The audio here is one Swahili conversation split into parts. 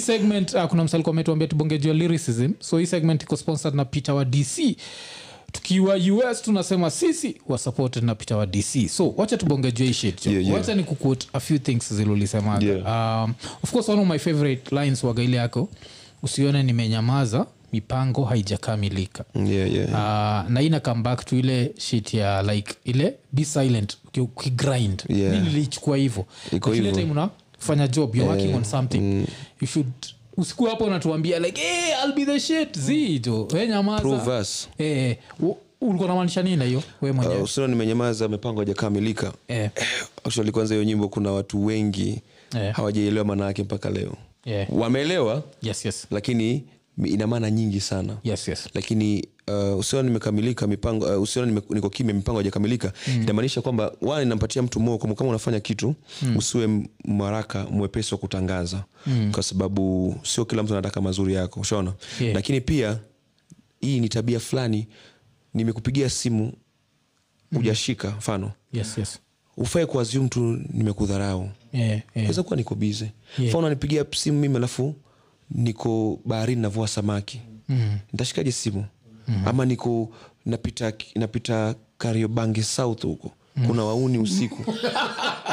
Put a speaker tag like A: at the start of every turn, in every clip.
A: segment uh, kuna msali kwametuambia tubongejua lyricism so hii segment iko sponsored na peter wa dc tukiwa us tunasema sisi wasupported na peter wa dc so wacha tubongejua hii shit jo.
B: Yeah, yeah.
A: wacha ni kuquote a few things zilulisemaga
B: Yeah.
A: um, of course one of my favorite lines waga ile yako usione nimenyamaza mipango haijakamilika
B: yeah, yeah.
A: Uh, na ina come back to ile shit ya like ile be silent uki- ukigrind
B: Yeah.
A: mi niliichukua hivo
B: Iko
A: At ile
B: hivyo. Mm.
A: time unafanya job you're working on something you should usiku hapo unatuambia like hey, I'll be the shit zijo we
B: Mm. Prove
A: nyamaza
B: us.
A: eh, u- ulikuwa namaanisha nini na hiyo we mwenyewe
B: Uh, usio nimenyamaza mipango hajakamilika
A: Eh.
B: actually kwanza hiyo nyimbo kuna watu wengi
A: Eh.
B: hawajaielewa maana yake mpaka leo
A: Eh.
B: wameelewa
A: yes yes
B: lakini ina maana nyingi sana
A: yes yes
B: lakini uh, usiona nimekamilika mipango uh, usiona nime, niko kimya mipango hajakamilika mm. inamaanisha kwamba wa inampatia mtu moyo kwamba kama unafanya kitu mm. usiwe m- mwaraka mwepesi wa kutangaza mm. kwa sababu sio kila mtu anataka mazuri yako ushaona
A: Yeah.
B: lakini pia hii ni tabia fulani nimekupigia simu Mm. hujashika mfano
A: yes yes
B: ufae kuaziu mtu nimekudharau
A: eh, eh.
B: naweza kuwa niko bize mfano nipigia simu mimi alafu niko baharini navua samaki mm. ntashikaje simu mm. ama niko napita napita kariobangi south huko mm. kuna wauni usiku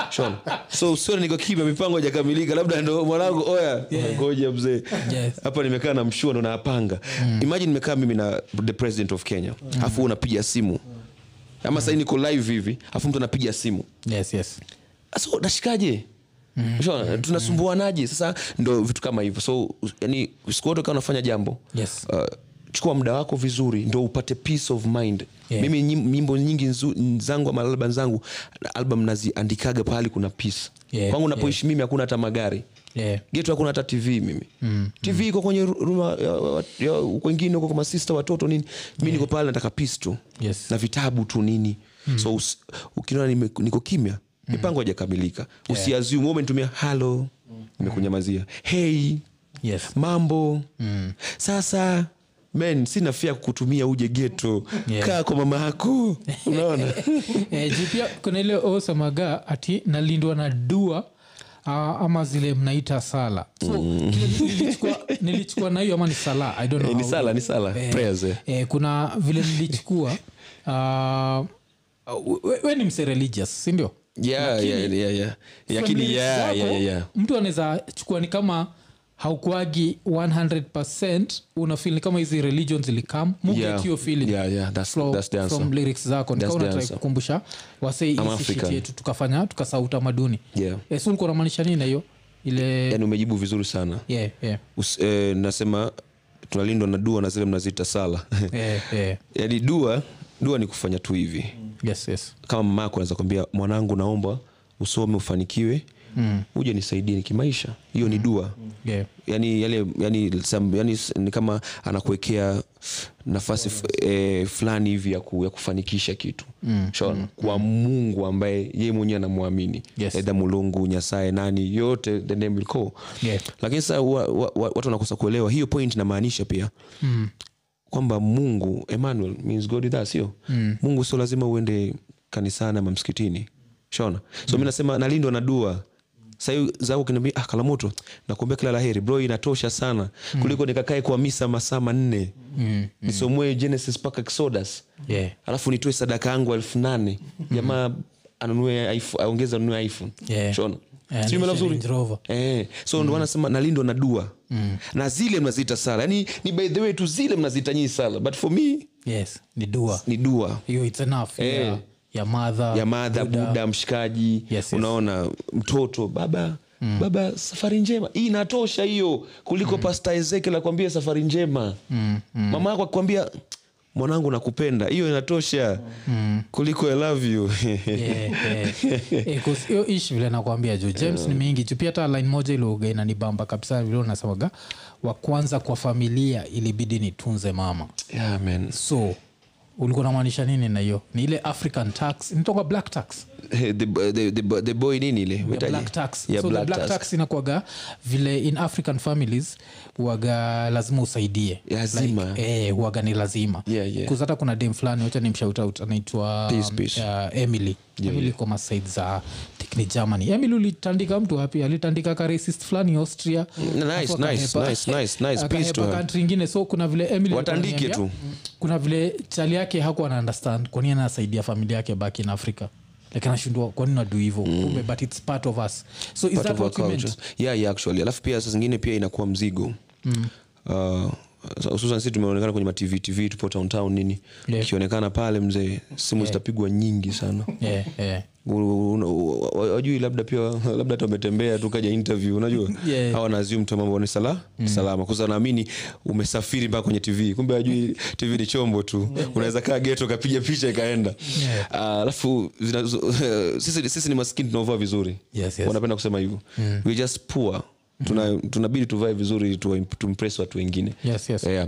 B: Shona. so usione niko kimya mipango hajakamilika labda ndo mwanangu oya ngoja mzee
A: Yes.
B: hapa nimekaa na mshua ndo napanga imagine nimekaa mimi na the president of kenya afu unapiga simu ama sahii niko live hivi afu mtu anapiga simu
A: yes yes
B: sasa Ah, nashikaje
A: Mm.
B: Unaona, tunasumbuanaje sasa ndo vitu kama hivyo so yani siku wote kama unafanya jambo
A: Yes.
B: uh, chukua muda wako vizuri ndo upate peace of mind
A: Yeah.
B: mimi nyim- nyimbo nyingi nzu- zangu ama album zangu album naziandikaga pahali kuna peace
A: Yeah,
B: kwangu napoishi mimi hakuna hata magari
A: eh.
B: getu hakuna hata tv mimi mm, tv iko kwenye ru- ruma ya- ya- ya- kwengine huko kwa masista watoto nini mi niko pale nataka peace tu
A: Yes.
B: na vitabu tu nini mm. so us- ukiniona nime- niko kimya mipango hajakamilika usiaziu yeah. Mm. umenitumia halo nimekunyamazia hei
A: yes
B: mambo mm. sasa men sina fia kukutumia uje geto
A: Yeah.
B: kaa kwa mama yako unaona
A: Eh, juu pia kuna ile osamaga ati nalindwa na dua ah, ama zile mnaita sala so, kile nilichukua- nilichukua na hiyo ama ni sala I don't know
B: Mm. Eh, ni
A: how-
B: sala ni sala prayers eh.
A: eh, kuna vile nilichukua ah, we, we ni mse religious sindio
B: Yeah, yeah, yeah, yeah. Lakini, yeah, yeah, yeah, yeah.
A: mtu anaweza chukua ni kama haukuagi 100 unafil ni kama hizi religion zilikam
B: Yeah.
A: mugetiyo feeling
B: Yeah, yeah, that's-
A: from,
B: that's the answer.
A: from lyrics zako
B: That's the
A: nikaunatrai
B: answer.
A: kukumbusha wasei
B: I'm
A: isishiti
B: African.
A: yetu tukafanya tukasau utamaduni
B: Yeah.
A: Eh, so ulikuwa unamaanisha nini na hiyo ile
B: yani umejibu vizuri sana
A: yeah, yeah.
B: Us, eh, nasema tunalindwa na dua na zile mnaziita sala
A: Yeah, yeah.
B: yani dua dua ni kufanya tu hivi
A: yes, yes.
B: kama mama yako anaweza kwambia mwanangu naomba usome ufanikiwe mm. uje nisaidie kimaisha hiyo ni dua
A: Yeah.
B: yani yale yani, sam, yani s- ni kama anakuwekea nafasi f, e, fulani hivi ya, ku, ya kufanikisha kitu mm. shona mm. kwa mungu ambaye yeye mwenyewe anamwamini
A: Yes.
B: edha mulungu nyasae nani yote the name will call.
A: Yeah.
B: lakini sasa wa, wa, wa, watu wanakosa kuelewa hiyo point inamaanisha pia mm kwamba mungu emmanuel means god with us sio mm. mungu sio lazima uende kanisani ama msikitini shona so mi nasema nalindwa na dua sahii zako kinambia ah, kalamoto nakuambia kila laheri bro inatosha sana kuliko nikakae kwa misa masaa manne mm. nisomwe genesis mpaka exodus
A: Yeah.
B: alafu nitoe sadaka yangu elfu nane
A: Mhm.
B: jamaa anunue iPhone- aongeze anunue iphone
A: Yeah.
B: shona
A: Yeah,
B: Sijui umeelewa
A: Range
B: vizuri?
A: Rover. Mm.
B: Eh, so ndo wanasema nalindwa na dua na zile mnaziita sala yani ni by the way tu zile mnaziita nyinyi sala but for me
A: yes ni dua
B: ni dua
A: hiyo it's enough
B: Eh.
A: ya, ya madha
B: ya madha buda, mshikaji
A: Ah, yes.
B: unaona mtoto baba Mm. baba safari njema hii inatosha hiyo kuliko mm. pasta ezekiel akwambia safari njema mm. Mm. mama yako akwambia mwanangu nakupenda hiyo inatosha mm. kuliko i love you
A: Yeah, yeah. Eh, 'cause hiyo ish vile nakwambia juu james ni mingi juu pia hata line moja iliogaina ni bamba kabisa vile unasemaga wa kwanza kwa familia ilibidi nitunze mama
B: yeah, man.
A: so ulikuwa namaanisha nini na hiyo ni ile african tax nitoka black tax
B: the, the, the, the boy nini ile
A: The
B: Unaitaje?
A: black tax
B: Yeah,
A: so
B: black
A: the black
B: tax.
A: tax inakwaga vile in african families waga lazima usaidie
B: Lazima.
A: like, eh, waga ni lazima
B: Yeah, yeah.
A: Cause hata kuna dem fulani wacha ni mshautout anaitwa
B: Peace, peace.
A: Uh, emily emily yeah. kwa masaid za tikni germany emily ulitandika mtu wapi alitandika karacist fulani austria
B: Mm, nice,
A: Alafu
B: nice,
A: akahepa-
B: nice, nice, nice.
A: akahepa
B: Peace to her.
A: country ingine so kuna vile emily alikuwa
B: Watandike
A: ananiambia-
B: tu.
A: kuna vile chali yake hakuwa na understand kwanini anasaidia familia yake back in africa like anashindwa kwanini nadu hivo kumbe but its part of us so is
B: Mm. Part
A: that
B: of our
A: what you meant?
B: culture. yeah, yeah, actually alafu pia saa zingine pia inakuwa mzigo mm. uh, hususan sisi tumeonekana kwenye matv tv tupo town town nini
A: Yeah.
B: ikionekana pale mzee simu zitapigwa nyingi sana
A: yeah, yeah.
B: U- una- u- wa- wajui labda pia labda hata umetembea tu kaja interview unajua
A: Yeah. Mm.
B: hawa nazium tu mambo ni sala, salama kwanza naamini umesafiri mpaka kwenye tv kumbe ajui tv ni chombo tu unaweza kaa geto ukapiga picha ikaenda
A: Yeah.
B: Ah, alafu zina- sisi, sisi ni maskini tunaovaa vizuri
A: Yes, Mm. yes.
B: wanapenda kusema hivyo we just poor Tuna, tunabidi tuvae vizuri tuwa- tumpress watu wengine
A: Yes, yes.
B: yeah.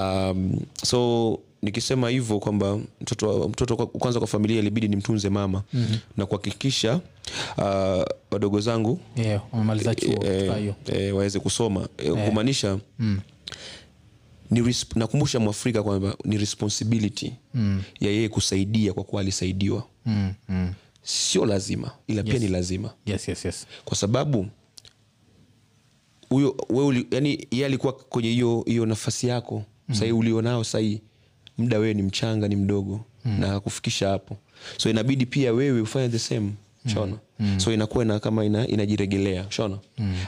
B: um, so nikisema hivyo kwamba mtoto, wa- mtoto kwa, kwanza kwa familia ilibidi nimtunze mama
A: Mhm.
B: mm-hmm. na kuhakikisha uh, wadogo zangu
A: yeah, wamemaliza chuo
B: eh,
A: kifaa hiyo
B: eh, waweze kusoma eh, kumaanisha
A: Mm.
B: ni resp- nakumbusha mwafrika kwamba ni responsibility mm. ya yeye kusaidia kwa kuwa alisaidiwa
A: mm, mm.
B: sio lazima ila pia ni lazima
A: yes, yes, yes.
B: kwa sababu huyo we uli, yani yeye alikuwa kwenye hiyo hiyo nafasi yako mm. sahii ulionao sahii muda wewe ni mchanga ni mdogo mm. na kufikisha hapo so inabidi pia wewe ufanye the same shona mm. so inakuwa ina, kama ina, inajiregelea shona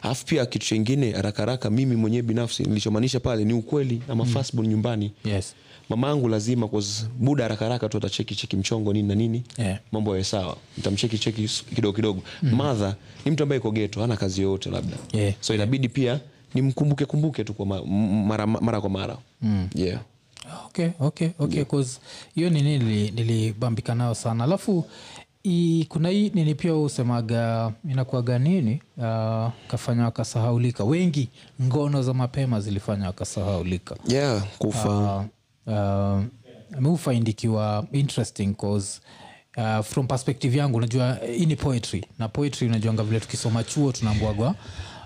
B: alafu pia kitu chengine harakaharaka mimi mwenyewe binafsi nilichomaanisha pale ni ukweli ama mm. fastball nyumbani
A: yes.
B: mamangu lazima kwa muda haraka haraka tu atacheki cheki mchongo nini na nini
A: Yeah.
B: mambo yawe sawa nitamcheki cheki s- kidogo kidogo mm. madha ni mtu ambaye iko geto hana kazi yoyote labda
A: Yeah.
B: so inabidi pia nimkumbuke kumbuke tu kwa ma, m- mara, mara kwa mara mm. yeah.
A: okay okay okay cause hiyo nini nili- nilibambika nayo sana alafu i, kuna hii nini pia usemaga inakuaga nini uh, kafanya wakasahaulika wengi ngono za mapema zilifanya wakasahaulika
B: yeah,
A: Ah,
B: kufa
A: uh, miufind ikiwa interesting cause Uh, from perspective yangu unajua eh, hii ni poetry na poetry unajuanga vile tukisoma chuo tunaambwagwa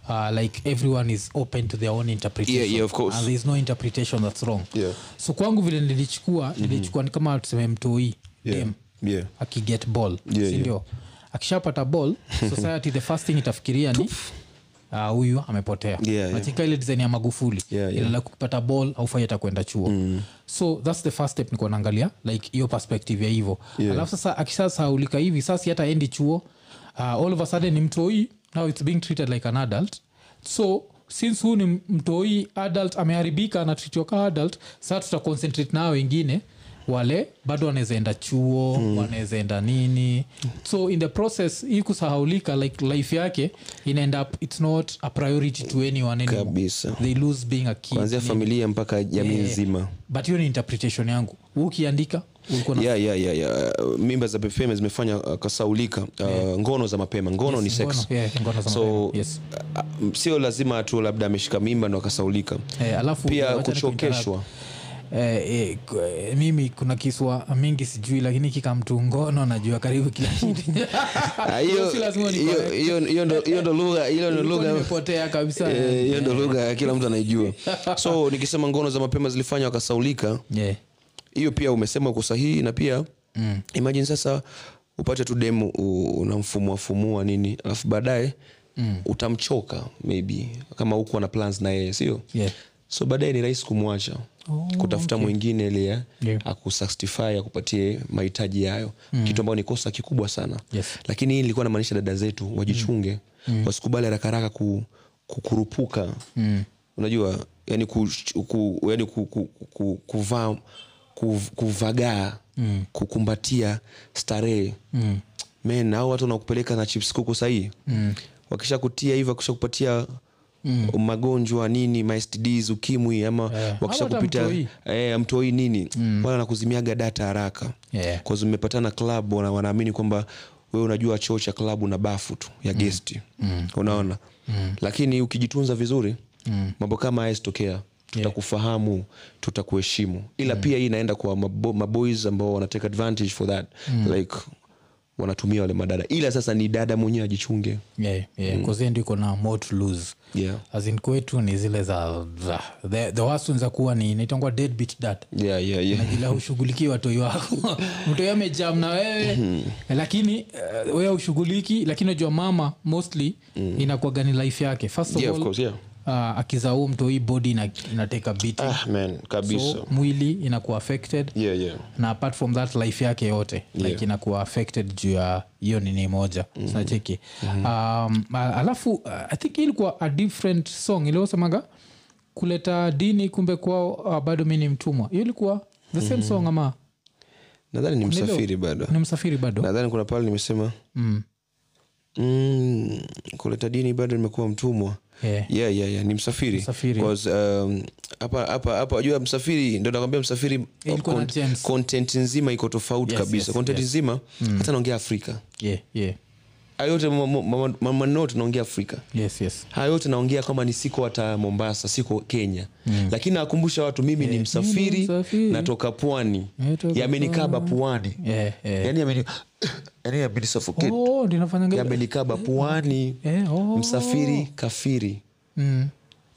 A: uh, like everyone is open to their own interpretation
B: Yeah, yeah, of course.
A: and there is no interpretation that's wrong
B: Yeah. Mm-hmm.
A: so kwangu vile nilichukua nilichukua ni kama tuseme mtoi
B: Yeah,
A: dem
B: yeah.
A: akiget ball
B: Yeah,
A: sindio akishapata ball society the first thing itafikiria ni ah, huyu amepotea
B: yeah.
A: Unacheka ile design ya magufuli
B: Yeah, yeah.
A: Ile la kupata ball aufai atakwenda chuo mm. so thats the first step nikuwa naangalia like hiyo perspective ya hivo yeah. alafu sasa akishasaulika hivi sasi hata endi chuo uh, all of a sudden ni mtoi now its being treated like an adult so since huu ni mtoi adult ameharibika anatritiwa ka adult saa tuta concentrate nao wengine wale bado wanaweza enda chuo mm. wanaweza enda nini so in the process hii kusahaulika like life yake inaend up its not a priority to anyone anymore
B: Kabisa.
A: they lose being a kid
B: kuanzia familia mpaka jamii
A: Eh,
B: nzima
A: but hiyo ni interpretation yangu Wewe ukiandika ulikuwa na
B: yeah, yeah, yeah, yeah. Uh, mimba za mapema zimefanya uh, kasaulika uh, ngono za mapema ngono ni sex
A: ngono, yeah, ngono za
B: so
A: mapema, yes.
B: uh, m- sio lazima tu labda ameshika mimba ndo akasaulika
A: Eh, alafu
B: Pia
A: wacha ni
B: kuchokeshwa.
A: kuinteract. Eh, eh, ku- eh, mimi kuna kiswa mingi sijui lakini kikamtu ngono najua karibu kila kitu.
B: Ah, hiyo-
A: Si lazima ni
B: hiyo-
A: correct.
B: hiyo- hiyo ndo- hiyo ndo lugha hiyo ndo
A: Nilikuwa
B: lugha
A: nimepotea kabisa
B: Eh, hiyo ndo lugha kila mtu anaijua so nikisema ngono za mapema zilifanya wakasaulika
A: Yeah.
B: hiyo pia umesema uko sahihi na pia mm. imajini sasa upate tu demu u- unamfumuafumua nini alafu baadaye mm. utamchoka maybe kama hukuwa na plans na yeye sio
A: Yeah.
B: so baadaye ni rahisi kumwacha oh, kutafuta okay. mwingine lia
A: Yeah.
B: akusastify akupatie mahitaji yayo mm. kitu ambayo ni kosa kikubwa sana
A: Yes.
B: lakini hii nilikuwa namaanisha dada zetu wajichunge mm. wasikubali harakaraka ku, kukurupuka mm. unajua yani, ku, ku, yani ku, ku, ku, kuvaa kuv- kuvagaa mm. kukumbatia starehe mm. men au watu wanakupeleka na chips kuku sahii mm. wakisha kutia hivyo wakisha kupatia Mm. magonjwa nini mastds ukimwi ama
A: Yeah.
B: wakisha
A: Ama hata
B: kupita
A: mtoi.
B: eh, mtoi nini mm. wala nakuzimiaga data haraka
A: Yeah.
B: Kwa sababu mmepatana club wana, wanaamini kwamba wewe unajua choo cha klabu na bafu tu ya gesti mm. unaona mm. lakini ukijitunza vizuri mm. mambo kama haya sitokea tutakufahamu tutakuheshimu ila pia hii inaenda kwa mabo, maboys ambao wanatake advantage for that mm. like wanatumia wale madada ila sasa ni dada mwenyewe ajichunge
A: yeah, yeah. mm. ndiko na more to lose
B: Yeah.
A: As in kwetu ni zile za, za the, the worst ones za kuwa ni naitangwa deadbeat dad
B: yeah, yeah, yeah.
A: ila hushughuliki watoi wako mtoi amejam na
B: Mhm.
A: wewe lakini uh, wewe ushughuliki lakini najua mama mostly mm. inakuwaga ni life yake first of
B: Mhm. Yeah, of
A: all,
B: course, yeah.
A: uh, akizaa mtoi body ina, inateka biti
B: Ah, man, kabisa
A: so mwili inakuwa affected
B: yeah, yeah.
A: na apart from that life yake yote yeah. like inakuwa affected juu ya hiyo nini moja mm-hmm. sinacheki mm-hmm. um, a- alafu uh, i think hii ilikuwa a different song iliosemaga kuleta dini kumbe kwao uh, bado mi ni mtumwa hiyo ilikuwa the same
B: Mm-hmm.
A: song ama
B: nadhani ni msafiri bado
A: ni msafiri bado
B: nadhani kuna pale nimesema mm. Mm, kuleta dini bado nimekuwa mtumwa
A: Yeah.
B: yeah, yeah, yeah. ni msafiri
A: Msafiri.
B: 'Cause, um, hapa hapa hapa jua msafiri ndo nakwambia msafiri
A: Ilikuwa na
B: con-
A: gems.
B: content nzima iko tofauti
A: Yes,
B: kabisa
A: yes, Mm.
B: content nzima hata naongea afrika
A: yeah, yeah.
B: hayo yote ma- ma- ma- maneno yote naongea afrika
A: yes yes
B: haya yote naongea kwamba ni siko hata mombasa siko kenya mm. lakini nawakumbusha watu mimi ni msafiri,
A: msafiri.
B: natoka pwani
A: Natoka
B: yamenikaba pwani
A: yeah, yeah.
B: yani Yaani yameni- yani yameni suffocate.
A: Eh. oh, ndinafanyaga
B: yamenikaba pwani
A: Eh, oh.
B: msafiri kafiri
A: mm.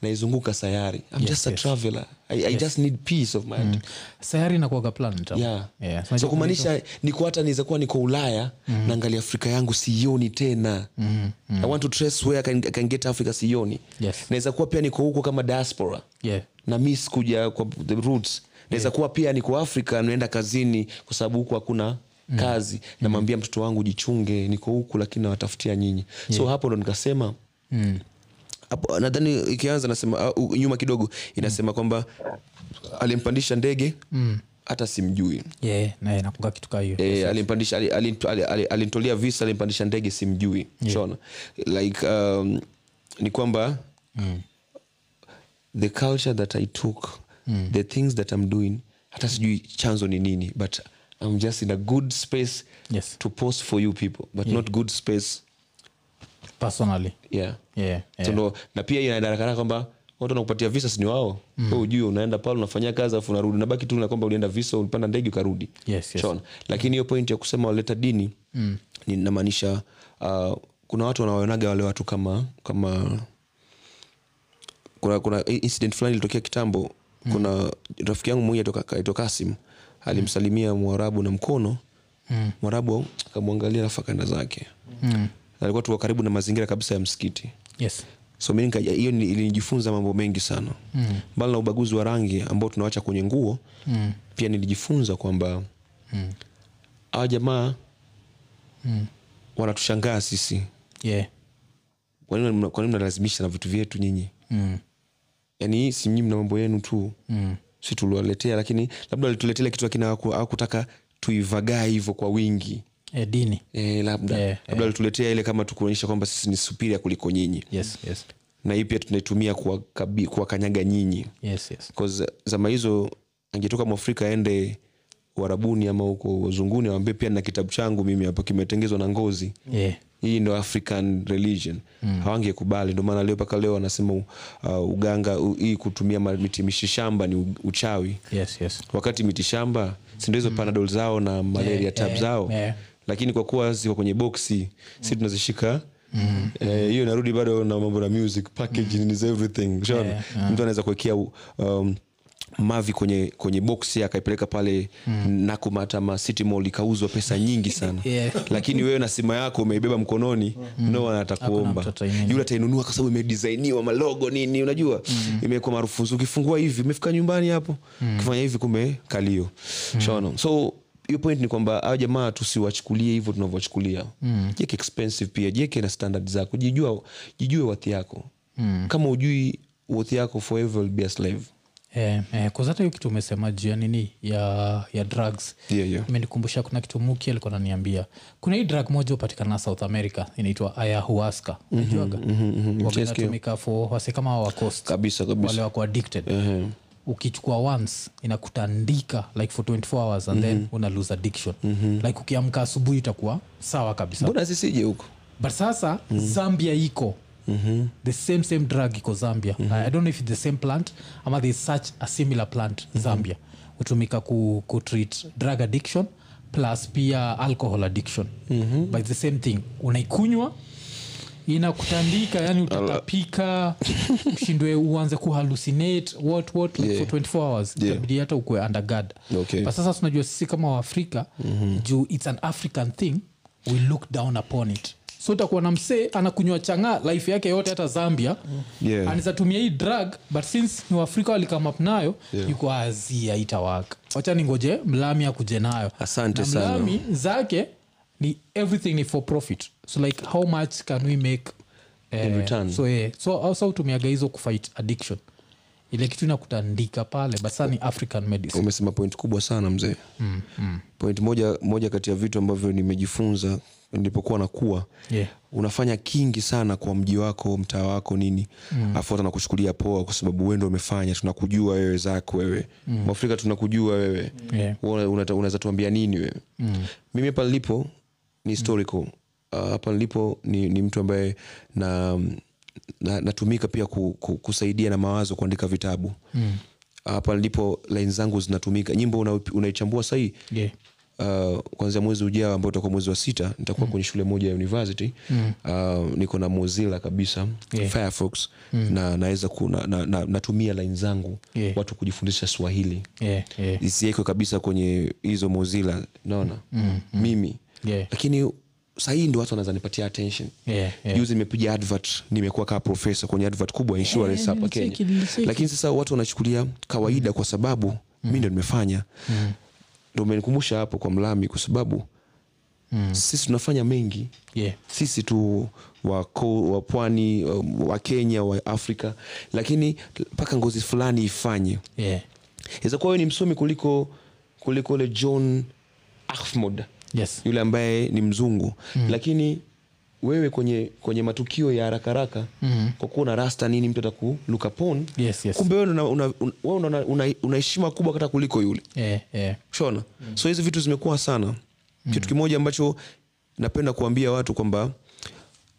B: naizunguka sayari I'm just a traveler I, I just need peace of mind
A: sayari nakuaga planet ama?
B: yeah.
A: Mm. Yeah. Mm.
B: so kumaanisha niko hata niweza kuwa niko ulaya naangalia afrika yangu sioni tena mm. Mm. i want to trace where I can, I can get africa sioni
A: Yes.
B: naweza kuwa pia niko huko kama diaspora
A: yeah.
B: na mis kuja kwa the roots naweza kuwa pia niko afrika naenda kazini kwa sababu huku hakuna kazi namwambia mtoto wangu jichunge niko huku lakini nawatafutia nyinyi so hapo ndo nikasema hapo nadhani ikianza nasema uh, nyuma kidogo inasema kwamba alimpandisha ndege hata simjui
A: yeah. naye nakuaga kitu kaa hiyo
B: e, alimpandisha ali- ali- ali- ali- alinitolea visa alimpandisha ndege simjui shona like um, ni kwamba mm. the culture that i took mm. the things that i'm doing hata sijui chanzo ni nini but i'm just in a good space
A: Yes.
B: to post for you people but not good space
A: personally
B: yeah
A: yeah, yeah.
B: So ndo- na pia hiyo inadaraka kwamba watu wanakupatia visa sini wao mm. ujui unaenda pale unafanyia kazi afu unarudi unabaki tu na kwamba ulienda visa ulipanda ndege ukarudi
A: Yes, yes.
B: Shaona? lakini hiyo point ya kusema waleta dini mm. namaanisha uh, kuna watu wanawaonaga wale watu kama kama kuna, kuna incident fulani ilitokea kitambo mm. kuna rafiki yangu mmoja aitoka- aitwa kasim alimsalimia mwarabu na mkono mm. mwarabu akamwangalia alafu akaenda zake mm. alikuwa tuko karibu na mazingira kabisa ya msikiti
A: yes
B: so mi nikaja- hiyo ni- ilinijifunza mambo mengi sana mm. mbali na ubaguzi wa rangi ambao tunawacha kwenye nguo mm. pia nilijifunza kwamba hawa jamaa Mm. wanatushangaa sisi
A: yeah
B: Kwa nini mna- kwa nini mnalazimisha na vitu vyetu nyinyi yani si nyinyi mna mambo yenu tu mm. si tuliwaletea lakini labda walituletea kitu lakini hawaku- hawakutaka tuivagaa hivyo kwa wingi
A: Eh, dini
B: e, labda
A: Eh,
B: labda walituletea ile kama tukuonyesha kwamba sisi ni supiria kuliko nyinyi
A: yes yes
B: na hii pia tunaitumia kuwakabi- kuwakanyaga nyinyi
A: yes yes
B: 'Cause zama hizo angetoka mwafrika aende uharabuni ama huko uzunguni awambie pia na kitabu changu mimi hapa kimetengezwa na ngozi
A: yeah
B: hii ndo african religion mm. hawangekubali ndio maana leo mpaka leo wanasema uh, uganga u, hii kutumia ma- miti mishishamba ni u- uchawi
A: yes yes
B: wakati mitishamba sindo hizo panadol zao na malaria
A: Mm. Eh,
B: tab
A: eh,
B: zao
A: eh.
B: lakini kwa kuwa ziko kwenye boksi si tunazishika Mm. Eh, hiyo inarudi bado na mambo na music packaging
A: Mm.
B: is everything Ushaona?
A: Eh,
B: mtu anaweza kuwekea um, mavi kwenye kwenye boksi akaipeleka pale mm. nakumatama city mall ikauzwa pesa nyingi sana
A: Yeah.
B: lakini wewe na sima yako umeibeba mkononi mm. no one atakuomba
A: mtoto yenyewe.
B: yule atainunua kwa sababu imedisainiwa malogo nini unajua mm. imekuwa marufuzu ukifungua hivi umefika nyumbani hapo ukifanya hivi kumbe kalio mm. shona so hiyo point ni kwamba hawa jamaa tusiwachukulie hivyo tunavyowachukulia mm. jeke expensive pia jeke na standard zako jijua jijue wathi yako mm. kama ujui wathi yako forever will be a slave
A: eh, eh, kuzata hiyo kitu umesema juu ya nini ya, ya drugs
B: Yeah, yeah.
A: imenikumbusha kuna kitu muki alikuwa ananiambia kuna hii drug moja upatikana south america inaitwa ayahuasca
B: Mm-hmm,
A: najuaga wametumika fo wase kama hawa wa coast
B: kabisa kabisa
A: wale wako addicted ukichukua once inakutandika like for 24 hours and
B: Mm-hmm.
A: then una lose addiction like ukiamka asubuhi utakuwa sawa kabisa
B: mbona sisije huko
A: but sasa mm. zambia iko Mm-hmm. the same same drug iko zambia mm-hmm. i don't know if it's the same plant ama there is such a similar plant mm-hmm. zambia hutumika ku, ku treat drug addiction plus pia alcohol addiction mm-hmm. but it's the same thing unaikunywa inakutandika yani utatapika ushindwe uanze kuhalucinate what what like
B: Yeah.
A: for 24 hours
B: Yeah.
A: itabidi hata ukue undergard
B: Okay.
A: but sasa tunajua sisi kama waafrika
B: Mhm.
A: mm-hmm. juu it's an african thing we look down upon it so utakuwa na msee anakunywa changa life yake yote hata zambia
B: Yeah.
A: anizatumia hii drug but since ni waafrika walikame up nayo
B: Yeah.
A: yuko azia itawaka wacha ningoje mlami akuje nayo
B: Asante
A: na
B: sana.
A: mlami zake ni everything ni for profit so like how much can we make eh,
B: In return.
A: so, eh, so also hutumiaga hizo kufight addiction ile kitu inakutandika pale basa ni african medicine
B: umesema point kubwa sana mzee mm, mm. point moja, moja kati ya vitu ambavyo nimejifunza nilipokuwa nakua
A: Yeah.
B: unafanya kingi sana kwa mji wako mtaa wako nini mm. afu hata nakuchukulia poa kwa sababu wendo umefanya tunakujua wewe zako wewe mm. afrika tunakujua wewe
A: Yeah.
B: Wewe unata- unaweza tuambia nini wewe mm. mimi hapa nilipo ni historical Ah, hapa nilipo ni, ni mtu ambaye na, na, natumika pia ku, ku, kusaidia na mawazo kuandika vitabu mm hapa nilipo laini zangu zinatumika nyimbo una- unaichambua sahii
A: Yeah.
B: uh, kwanzia mwezi ujao ambao utakuwa mwezi wa sita nitakuwa
A: Mm.
B: kwenye shule moja ya university mm. uh, niko na mozilla kabisa
A: Yeah. Mm.
B: firefox na naweza ku- na, na, na, natumia laini zangu
A: Yeah.
B: watu kujifundisha swahili
A: Yeah, yeah.
B: isiwekwe kabisa kwenye hizo mozilla naona mm, mm. mimi
A: Yeah.
B: lakini sahii ndo watu wanaweza nipatia attention
A: Yeah, yeah.
B: juzi nimepiga advert nimekuwa kaa profesa kwenye advert kubwa ya insurance hapa
A: nilicheki,
B: kenya
A: nilicheki.
B: lakini sasa watu wanachukulia
A: Mm.
B: kawaida kwa sababu mi ndo nimefanya ndo umenikumbusha hapo kwa mlami kwa sababu sisi tunafanya mengi
A: Mm. Yeah.
B: sisi tu wa, ko- wa pwani um, wa kenya wa afrika lakini mpaka ngozi fulani ifanye
A: Yeah.
B: inaweza kuwa wewe ni msomi kuliko kuliko ule john ahmod
A: Yes.
B: yule ambaye ni mzungu mm. lakini wewe kwenye kwenye matukio ya haraka haraka mm. kwa kuwa una rasta nini mtu atakuluka pon
A: Yes, yes.
B: kumbe wewe una, una, una, wewe una, una, una heshima kubwa hata kuliko yule
A: Yeah, yeah.
B: shona mm. so hizi vitu zimekuwa sana mm. kitu kimoja ambacho napenda kuambia watu kwamba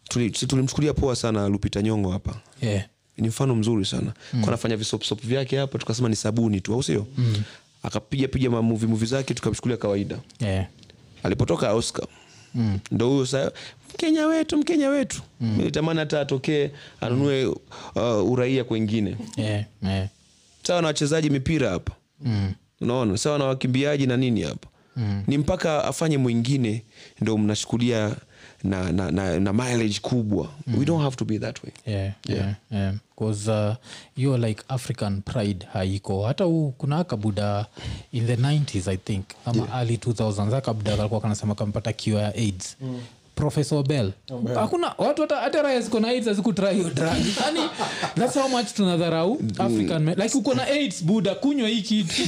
B: tuli- si tulimchukulia poa sana lupita nyongo hapa
A: Yeah.
B: ni mfano mzuri sana mm. anafanya visopsop vyake hapa tukasema ni sabuni tu au sio mm. akapiga piga mamuvi muvi zake tukamchukulia kawaida
A: Yeah.
B: alipotoka oscar mm. ndo huyo sa mkenya wetu mkenya wetu mm. nilitamani hata atokee anunue uh, uraia kwengine
A: Yeah, yeah.
B: sawa na wachezaji mipira hapa mm. unaona sawa na wakimbiaji na nini hapa mm. ni mpaka afanye mwingine ndo mnashukulia na, na, na, na mileage kubwa we don't have to be that way
A: yeah, yeah. yeah. 'Cause, uh, hiyo like african pride haiko hata huu kuna kabuda in the 90s i think ama early 2000s akabuda kalikuwa kanasema kampata kiwa ya aids mm professor bell hakuna watu hata- hata raya ziko na aids hazikutry hiyo drug yani Yaani, that's how much tunadharau african men. like uko na aids buda kunywa hii kitu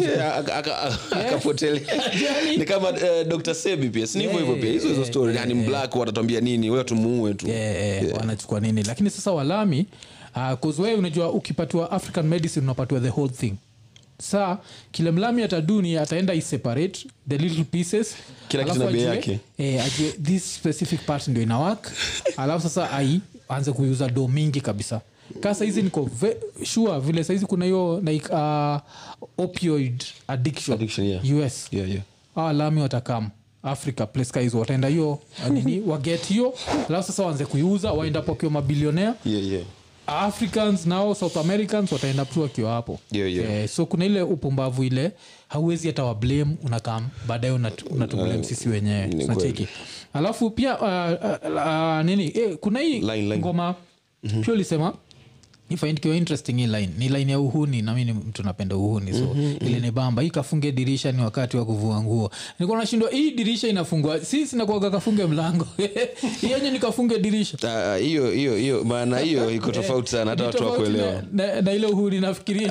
B: akapotelea
A: Yaani-
B: ni kama eh, dr sebi pia sinivo hivyo pia hizo hizo story yani mblack watatwambia nini wewe tumuue tu
A: Eh, eh, wanachukua nini lakini sasa walami kuzwee unajua ukipatiwa african medicine unapatiwa the whole thing saa kile mlami ataduni ataenda iseparate the little pieces
B: Kila kitu
A: alafu
B: na bei
A: ajue-
B: yake.
A: eh, ajue this specific part ndio ina work alafu sasa ai anze kuuza do mingi kabisa kaa sahizi niko ve- sure vile sahizi kuna hiyo like, uh, opioid addiction,
B: Addiction, yeah.
A: us
B: Yeah, yeah.
A: awa lami watakam africa pleskaizo wataenda hiyo nini waget hiyo alafu sasa waanze kuiuza waenda po akiwa mabilionea
B: Yeah, yeah.
A: africans nao south americans wataenda tu wakiwa hapo
B: Yeah, yeah.
A: Eh, so kuna ile upumbavu ile hauwezi hata wablame unakam baadaye unatublame
B: Uh,
A: sisi wenyewe
B: ni
A: tunacheki alafu pia uh, uh, uh, nini eh, kuna hii
B: Line, line. Mhm.
A: ngoma mm-hmm. pia ulisema if I find ikiwa interesting hii line ni line ya uhuni na mi ni mtu napenda uhuni so
B: Mhm,
A: mm-hmm. ile ni bamba hii kafunge dirisha ni wakati wa kuvua nguo nilikuwa nashindwa hii dirisha inafungwa si sinakuaga kafunge mlango yenye nikafunge dirisha
B: Ah, hiyo hiyo hiyo maana hiyo iko tofauti sana hata
A: Ni
B: watu Eh.
A: tofauti
B: wakuelewa
A: na, na, na ile uhuni nafikiria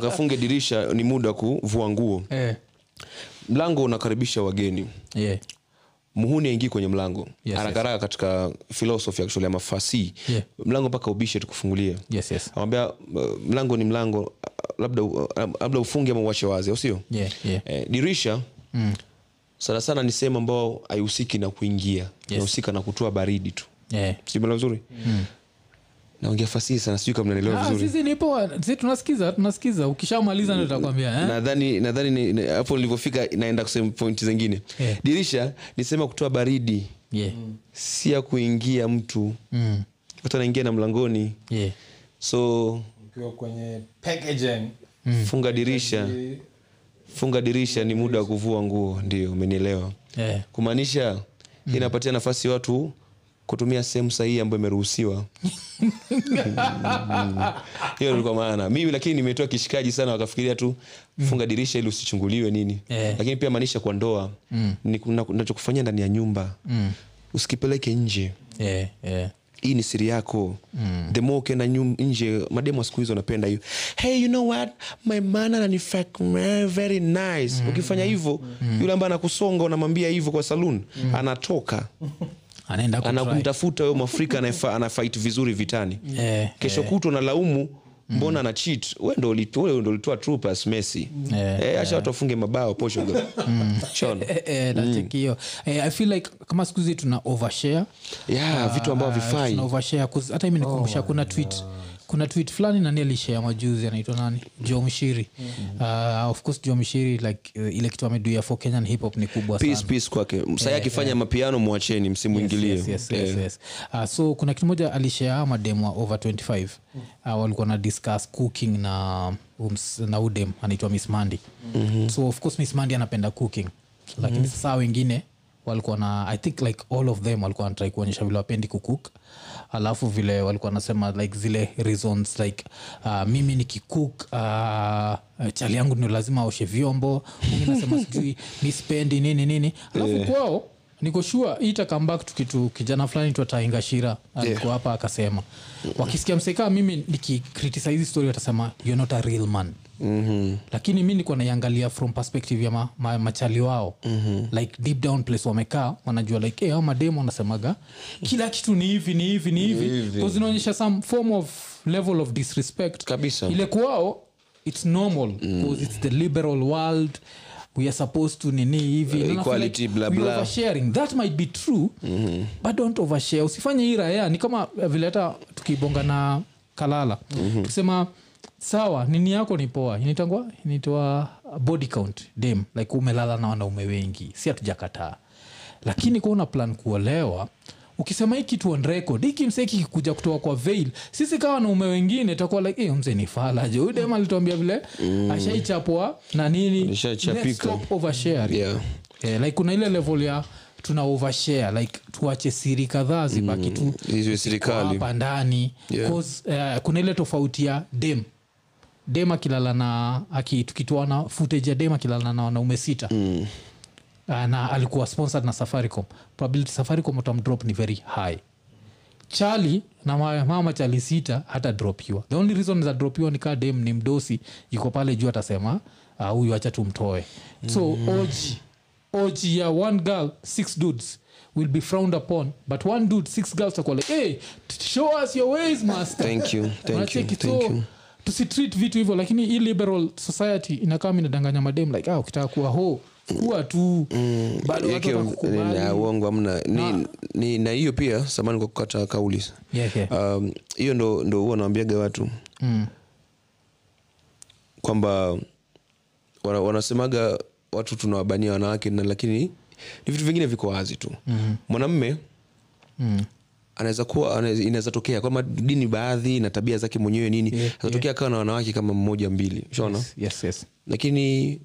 B: kafunge dirisha ni muda wa kuvua nguo
A: eh.
B: mlango unakaribisha wageni
A: yeah.
B: muhuni aingii kwenye mlango
A: yes.
B: harakaraka katika philosophy actually ama fasihi
A: Yeah.
B: mlango mpaka ubishe tukufungulie
A: yes yes
B: amwambia eh, mlango ni mlango uh, labda uh, labda ufunge ama uache wazi au sio
A: yeah yeah
B: eh, dirisha mm. sana sana ni sehemu ambao haihusiki na kuingia inahusika na kutoa baridi tu
A: yeah
B: simela vizuri mm. naongea fasihi sana sijui kama nanielewa
A: Hmm. Ah,
B: vizuri Mm.
A: sisi nipo wa- sisi tunasikiza tunasikiza ukishamaliza ndo takwambia eh?
B: nadhani nadhani ni- ni- hapo nilivyofika naenda kusema pointi zingine
A: Eh.
B: dirisha nisema kutoa baridi
A: yeah.
B: Mm. si ya kuingia mtu
A: mm.
B: watu anaingia na mlangoni
A: yeah.
B: so
C: ukiwa kwenye packaging
A: Hmm.
C: eh,
B: funga dirisha funga dirisha ni muda wa kuvua nguo ndio umenielewa
A: yeah.
B: kumaanisha inapatia nafasi watu kutumia sehemu sahihi ambayo imeruhusiwa hiyo ilikuwa maana mimi lakini nimetoa kishikaji sana wakafikiria tu funga dirisha ili usichunguliwe nini
A: Eh.
B: lakini pia maanisha kwa ndoa ni kuna- unachokufanyia ndani ya nyumba usikipeleke nje
A: yeah. yeah.
B: hii ni siri yako mm. the more ukienda nyum- nje mademu wa siku hizo wanapenda hiyo hey you know what my man ananifak man, very
A: Mm.
B: nice ukifanya hivyo yule ambaye anakusonga unamwambia hivyo kwa saloon
A: Mm.
B: anatoka
A: anaenda kutry.
B: anakumtafuta wewe mwafrika anayefa- anafight vizuri vitani
A: Eh,
B: kesho kutwa unalaumu mbona
A: Mm.
B: ana cheat wewe ndo ulit- wewe ndo ulitoa troopers Messi
A: Eh,
B: eh acha watu wafunge mabao Portugal shona
A: eh, eh,
B: Mm.
A: nacheki hiyo eh, i feel like kama siku hizi tuna overshare
B: yeah vitu ambavyo havifai Oh.
A: tuna Ah, overshare 'cause hata imi nikumbusha kuna tweet kuna tweet fulani nani alishea majuzi anaitwa nani jo mshiri
B: Mm.
A: uh, of course jo mshiri like uh, ile kitu ameduia for kenyan hip hop ni kubwa sana
B: peace peace kwake msaya akifanya mapiano mwacheni msimuingilie Eh.
A: yes, yes, yes, yes. Uh, so kuna kitu moja alishea hawa mademu wa over 25 uh, walikuwa na discuss cooking na ums- na udem anaitwa miss mandi mm-hmm. so of course miss mandi anapenda cooking lakini mm-hmm. sasa hawa wengine walikuwa na i think like all of them walikuwa wanatrai kuonyesha vile wapendi kucook alafu vile walikuwa wanasema like zile reasons like uh, mimi nikikook uh, chali yangu ndio lazima aoshe vyombo mwingine anasema sijui mispendi nini nini alafu kwao niko sure hii itakambak tukitu kijana fulani twatainga shira alikuwa hapa akasema wakisikia msekaa mimi nikikritisize story watasema you're not a real man mm-hmm. lakini mi nikuwa naiangalia from perspective ya ma, ma, machali wao mm-hmm. like deep down place wamekaa wanajua like hey, mademo wanasemaga kila kitu ni hivi ni hivi ni hivi Kwa zinaonyesha some form of level of disrespect
B: Kabisa.
A: ile kwao its normal because it's the liberal world we are supposed to nini hivi And I feel
B: Equality,
A: like
B: blah,
A: we
B: blah.
A: oversharing that might be true but don't overshare usifanye hii raya ni kama eh, vile hata tukibonga na kalala tukisema sawa nini yako ni poa inaitangwa inaitwa body count dem like umelala na wanaume wengi si hatujakataa lakini kuwa una plan kuolewa ukisema hii kitu on record hiki msee kikikuja kutoka kwa veil sisi kawa wanaume wengine takuwa like hey, mzee ni falaje huyu dem alituambia vile ashaichapwa na nini
B: Alishachapika.
A: Let's stop oversharing
B: yeah
A: yeah, Eh, like kuna ile level ya tuna overshare like tuache siri kadhaa zibaki tu
B: hizo serikali
A: Mm. hapa ndani
B: Yeah.
A: 'Cause, eh, kuna ile tofauti ya dem dem akilala na aki- tukitoa na footage ya dem akilala na wanaume sita mm. na alikuwa sponsored na safaricom probability safaricom utamdrop ni very high chali na ma- mama chali sita hata dropiwa the only reason za dropiwa ni kaa dem ni mdosi yuko pale juu atasema "Ah, huyu acha tumtoe so oji oji ya one girl six dudes will be frowned upon but one dude six girls takuwa like hey t- show us your ways master
B: Thank you, thank you,
A: Unacheki?
B: thank
A: So,
B: you.
A: tusitreat vitu hivyo lakini hii liberal society inakaa minadanganya madem like ah, ukitaka kuwa ho kuwa tu bado watu
B: Mm, Yake,
A: watakukubali.
B: eh,
A: Ah.
B: na uongo amna ni, ni, na hiyo pia samani kwa kukata kauli
A: Yeah, yeah.
B: Um, hiyo ndo ndo huwa nawambiaga watu
A: Mm.
B: kwamba wana, wanasemaga watu tunawabania wanawake na lakini ni vitu vingine viko wazi tu mm-hmm. mwanamme
A: Mm.
B: anaweza kuwa anaweza- inaweza tokea kwama dini baadhi na tabia zake mwenyewe nini yeah, anatokea yeah. kawa na wanawake kama mmoja mbili shona yes.
A: yes, yes.
B: lakini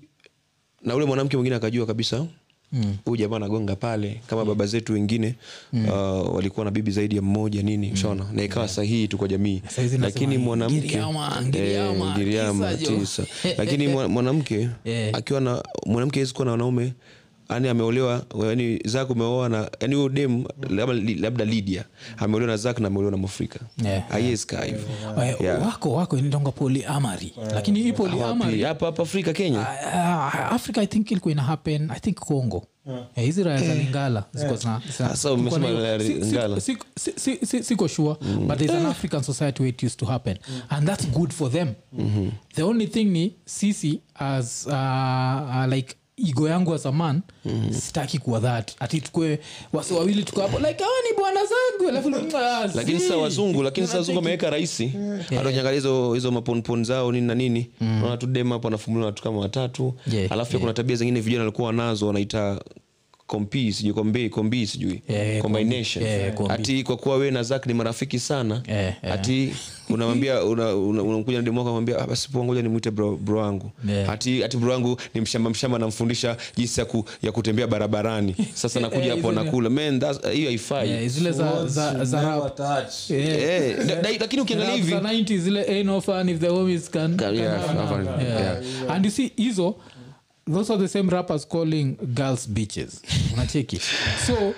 B: na ule mwanamke mwingine akajua kabisa huyu
A: Mm.
B: jamaa anagonga pale kama baba zetu wengine mm. uh, walikuwa na bibi zaidi ya mmoja nini
A: Mm.
B: shona na ikawa sahihi tu kwa jamii
A: Saizi nasema
B: lakini
A: ni
B: mwanamke
A: ngiriama,
B: Eh,
A: ngiriama,
B: ngiriama,
A: tisa jo.
B: tisa. lakini mwa- mwanamke
A: Eh.
B: akiwa na mwanamke awezi kuwa na wanaume ani ameolewa yani zak umeoa na yani huyo dem labda, labda lydia ameolewa na zak na ameolewa na mwafrika
A: Yeah.
B: haiwezi kaa hivyo
A: Eh, wako wako inatonga poliamari lakini hii
B: Wapi?
A: poliamari
B: hapa hapa afrika kenya
A: africa Ah, i think ilikuwa ina happen i think congo Eh, hizi raya za lingala ziko zina- zina-
B: Sasa umesema
A: kulikuwa na
B: raya
A: hiyo- si- si-
B: Lingala. Mm. Eh.
A: si- si- si- si- siko sure but there's an african society where it used to happen and
B: Mm-hmm.
A: that's good for them the only thing ni sisi as uh, uh, like igo yangu as a man
B: Mm-hmm.
A: mm. sitaki kuwa that ati tukue wasi wawili tuko hapo like hawa ni bwana zangu alafu "Ah,
B: lakini
A: si."
B: sasa wazungu lakini sasa wazungu ameweka rahisi hata ukiangalia hizo hizo maponpon zao nini na nini unaona tu dem hapo anafumuliwa na watu kama watatu
A: Mm. Yeah,
B: alafu pia kuna tabia zingine vijana walikuwa nazo wanaita kompi sijui kombi kombi sijui
A: Yeah,
B: combination
A: kombi. Yeah, kombi.
B: ati kwa kuwa wewe na zak ni marafiki sana
A: Yeah, yeah.
B: ati unamwambia unamkuja una, una unamkuja na demu wako unamwambia "Ah, basi poa ngoja nimwite bro, bro wangu
A: Yeah.
B: ati, ati bro wangu ni mshamba mshamba namfundisha jinsi ya, ku, ya kutembea barabarani sasa nakuja hapo
A: hizo ni-
B: anakula Man, that's- hiyo haifai
A: Eh, zile za, za, za rap Eh,
B: Eh, da- da- lakini ukiangalia
A: rap
B: hivi
A: za 90s zile "Ain't no fun if the homies can-
B: Ka-
A: can
B: yeah,
A: have
B: hapa-
A: none."
B: yeah.
A: Yeah. and you see hizo those are the same rappers calling girls bitches unacheki so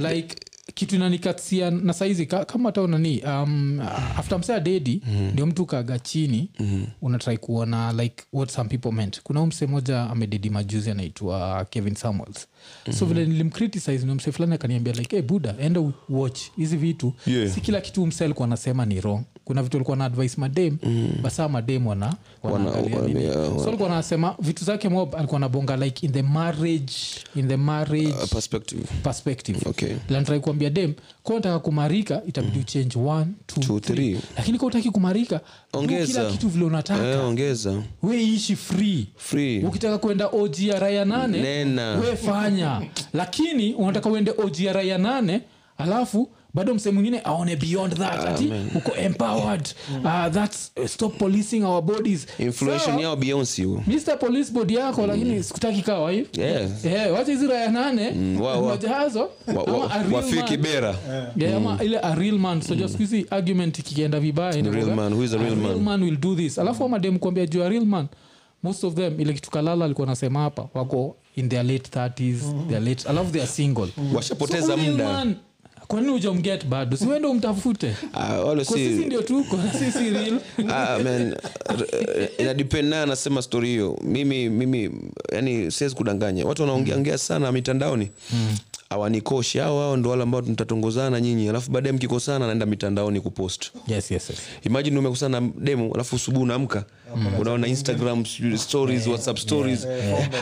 A: like kitu inanikatsia na saizi ka, kama ta nani um, after msea dedi mm-hmm. ndio mtu kaga chini mm-hmm. unatrai kuona like what some people meant kuna umse moja amededi majuzi anaitwa kevin samuels mm-hmm. so vile nilimcritisize ni mse fulani akaniambia like hey, buda enda watch hizi vitu
B: Yeah.
A: si kila kitu mse alikuwa anasema ni wrong kuna vitu alikuwa na advice madem mm-hmm. basaa madem wana wanaangalia
B: wana-
A: nini.
B: yeah,
A: So alikuwa anasema vitu zake mob alikuwa anabonga like in the marriage in the marriage
B: uh, perspective
A: perspective
B: okay Mm.
A: lantrai kuambia dem ko nataka kumarika itabidi uchange one, two,
B: Two,
A: three.
B: three.
A: lakini ka utaki kumarika do
B: Ongeza.
A: kila kitu vile unataka
B: eh, ongeza
A: weishi free
B: free
A: ukitaka kwenda ogr ya nane
B: Nena.
A: we fanya lakini unataka uende ogr ya nane alafu bado msee mwingine aone beyond that ati uko empowered
B: Mm.
A: uh, thats stop policing our bodies
B: influation
A: Sawa,
B: yao beyonsi huo
A: Mr. police board yako lakini sikutaki kawa hivi
B: Mm. Yes. Mm,
A: Eh, wacha hizi raya nane
B: wa- wa-
A: moja hazo
B: Wa-
A: ama
B: wa-
A: a real
B: wafiki
A: man.
B: bera
A: Yeah, ama ile a real man so just squeeze argument ikienda vibaya inakuwa,
B: real man, who is a real man?"
A: will do this alafu amadem kuambia juu ya real man most of them ile kitu kalala alikuwa nasema hapa wako in their late 30s their late alafu they are single
B: Washapoteza
A: So a real
B: Mm. muda.
A: man, kwa nini ujamget bado siwende umtafute
B: Ah, wale
A: kwa sisi
B: si
A: ndio tuko na sisi real
B: Ah, man, r- inadepend naye anasema stori hiyo mimi mimi yani siwezi kudanganya watu wanaongea
A: Mm.
B: ongea sana mitandaoni awanikoshi au hao ndo wale ambao mtatongozana nyinyi alafu baadaye mkikosana naenda mitandaoni kupost
A: yes, yes, yes.
B: imajini umekusana na demu alafu usubuhi unaamka
A: Mm-hmm.
B: unaona instagram sijui stories whatsapp stories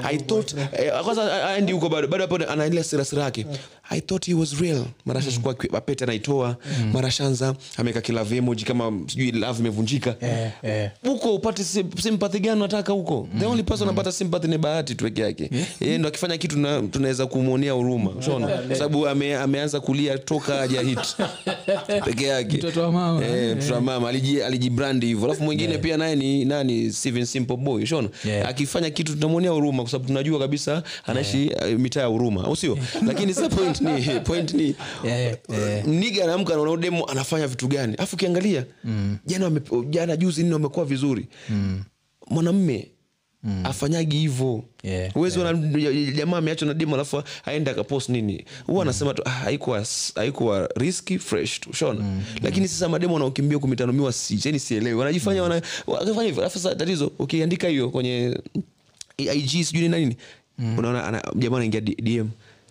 B: i thought eh, kwanza aendi huko bado bado hapo anaendelea sirasira yake i thought he was real mara
A: Mm.
B: ashachukua ki- apete anaitoa mara shanza ameweka kila vemoji kama sijui love imevunjika
A: Eh, eh.
B: huko upate sim- sympathy gani unataka huko the only
A: Mm.
B: person anapata sympathy ni bahati tu peke yake yeye ndo akifanya kitu tuna- tunaweza kumwonea huruma unaona kwa sababu ame, ameanza kulia toka haja hit peke yake
A: Mtoto wa mama.
B: eh, mtoto wa mama aliji- alijibrandi hivyo alafu mwingine pia naye ni nani Steven simple boy shona
A: Yeah.
B: akifanya kitu tunamwonea huruma kwa sababu tunajua kabisa anaishi eh, mitaa ya huruma au sio lakini sasa point ni point ni
A: Yeah, yeah.
B: mniga anaamka anaona udemu anafanya vitu gani alafu ukiangalia
A: Mm.
B: jana wame- jana juzi nini wamekuwa vizuri mwanamme
A: Mm.
B: afanyagi hivo
A: Yeah,
B: uwezi yeah. jamaa ameachwa na demu alafu aenda akapost nini huwa anasema tu "Ah, haikuwa haikuwa riski fresh tu shona
A: Mm.
B: lakini sasa mademu wanaokimbia kumitanumiwa si yani sielewi wanajifanya wana wanafanya hivyo alafu sasa tatizo ukiandika hiyo kwenye ig sijui nini na nini
A: Mm.
B: unaona ana- jamaa anaingia D- dm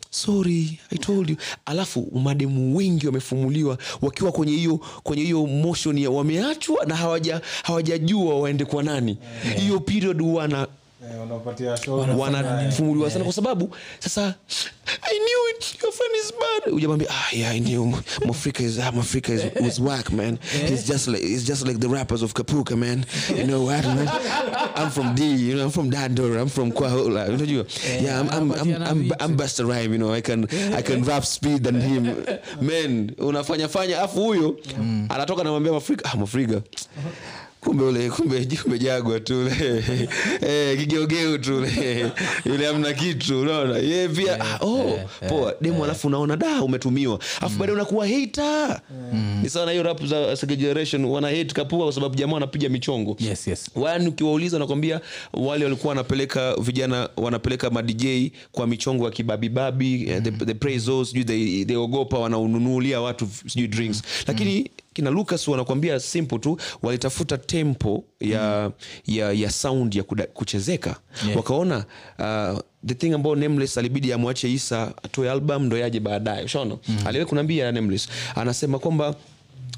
B: sorry i told you alafu mademu wengi wamefumuliwa wakiwa kwenye hiyo kwenye hiyo motion ya wameachwa na hawaja hawajajua waende kwa nani hiyo period wana
C: Eh,
B: wanafumuliwa sana kwa sababu sasa i knew it your friend is bad ujamwambia ah yeah i knew mwafrika is ah, mwafrika is was whack man he's just like he's just like the rappers of kapuka man you know what man i'm from d you know i'm from dandor i'm from kwahola unajua yeah i'm i'm i'm, I'm, I'm best arrive you know i can i can rap speed than him man unafanya fanya afu huyo anatoka na mwambia mwafrika ah mwafrika kumbe ule kumbe kumbe jagwa tu ule eh, kigeugeu tu ule yule amna kitu unaona ye pia ah, oh, poa demu alafu unaona da umetumiwa alafu baadaye unakuwa hater ni sawa na hiyo rap za second generation wana hate kapua kwa sababu jamaa wanapiga michongo
A: yes, yes.
B: wani Yaani ukiwauliza nakwambia wale walikuwa wanapeleka vijana wanapeleka madj kwa michongo ya kibabibabi eh, the, the praiso sijui they, they ogopa wanaununulia watu sijui drinks lakini kina lucas wanakwambia simple tu walitafuta tempo ya, ya, ya sound ya kuda, kuchezeka
A: Yeah.
B: wakaona uh, the thing ambao nameless alibidi amwache isa atoe album ndo yaje baadaye ushaona mm. aliwe kunaambia nameless anasema kwamba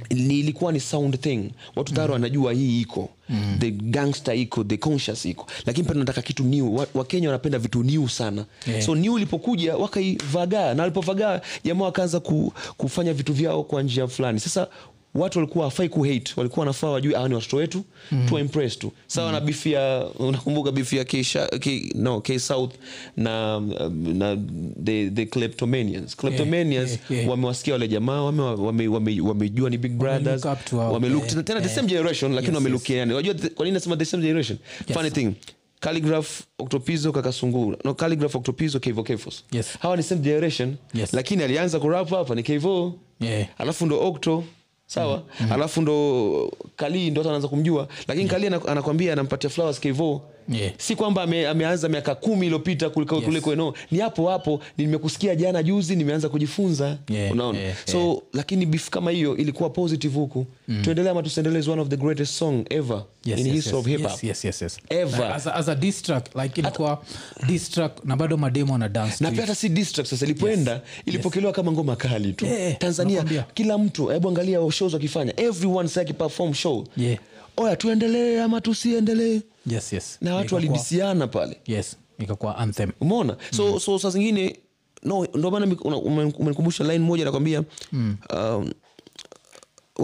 B: Ni- ilikuwa ni sound thing watu tayari wanajua hii iko mm. the gangster iko the conscious iko lakini pia tunataka kitu new Wa- wakenya wanapenda vitu new sana yeah. so new ilipokuja wakaivagaa na walipovagaa jamaa wakaanza ku, kufanya vitu vyao kwa njia fulani sasa watu walikuwa hafai kuhate walikuwa wanafaa wajue hawa ni watoto wetu mm. tuwa impress tu sawa mm. na bifu ya unakumbuka bifu ya K Sha- K- no, K south na, um, na the, the kleptomanians kleptomanians
A: yeah, yeah.
B: wamewasikia wale jamaa wame, wame, wame, wamejua ni big brothers
A: up to our-
B: wamelook
A: eh,
B: tena tena the same generation lakini wamelukia yani unajua the- kwa nini nasema the same generation funny thing calligraph octopizo kakasungura no calligraph octopizo kevo kefos
A: Yes.
B: hawa ni same generation
A: Yes.
B: lakini alianza kurap hapa ni kevo
A: Yeah.
B: alafu ndo octo sawa
A: Mhm.
B: alafu ndo kali ndo watu anaanza kumjua lakini kali ana- anakwambia anampatia flowers kevo
A: Yeah.
B: si kwamba ame, ameanza miaka kumi iliyopita kuliko yes. kuliko no ni hapo hapo nimekusikia jana juzi nimeanza kujifunza
A: Yeah,
B: unaona
A: yeah,
B: so lakini beef kama hiyo ilikuwa positive huku mm. tuendelea ama tusiendelee is one of the greatest song ever
A: Yes,
B: in
A: yes,
B: history
A: yes,
B: of hip
A: yes,
B: hop
A: yes, yes, yes.
B: Ever.
A: Like, as a- as a diss track, like ilikuwa diss track na bado mademo ana dance
B: na
A: to
B: pia hata si district sasa ilipoenda ilipokelewa kama ngoma kali tu
A: Yeah,
B: tanzania
A: Eh, nakwambia.
B: kila mtu hebu angalia shows wakifanya everyone sasa akiperform show
A: Yeah.
B: oya tuendelee ama tusiendelee
A: it. Yes, yes.
B: na watu
A: Ikakuwa-
B: walibisiana pale
A: yes ikakuwa anthem
B: umeona so,
A: Mm.
B: so saa zingine no, ndo maana mi- una- ume- umenikumbusha line moja nakwambia mm. um,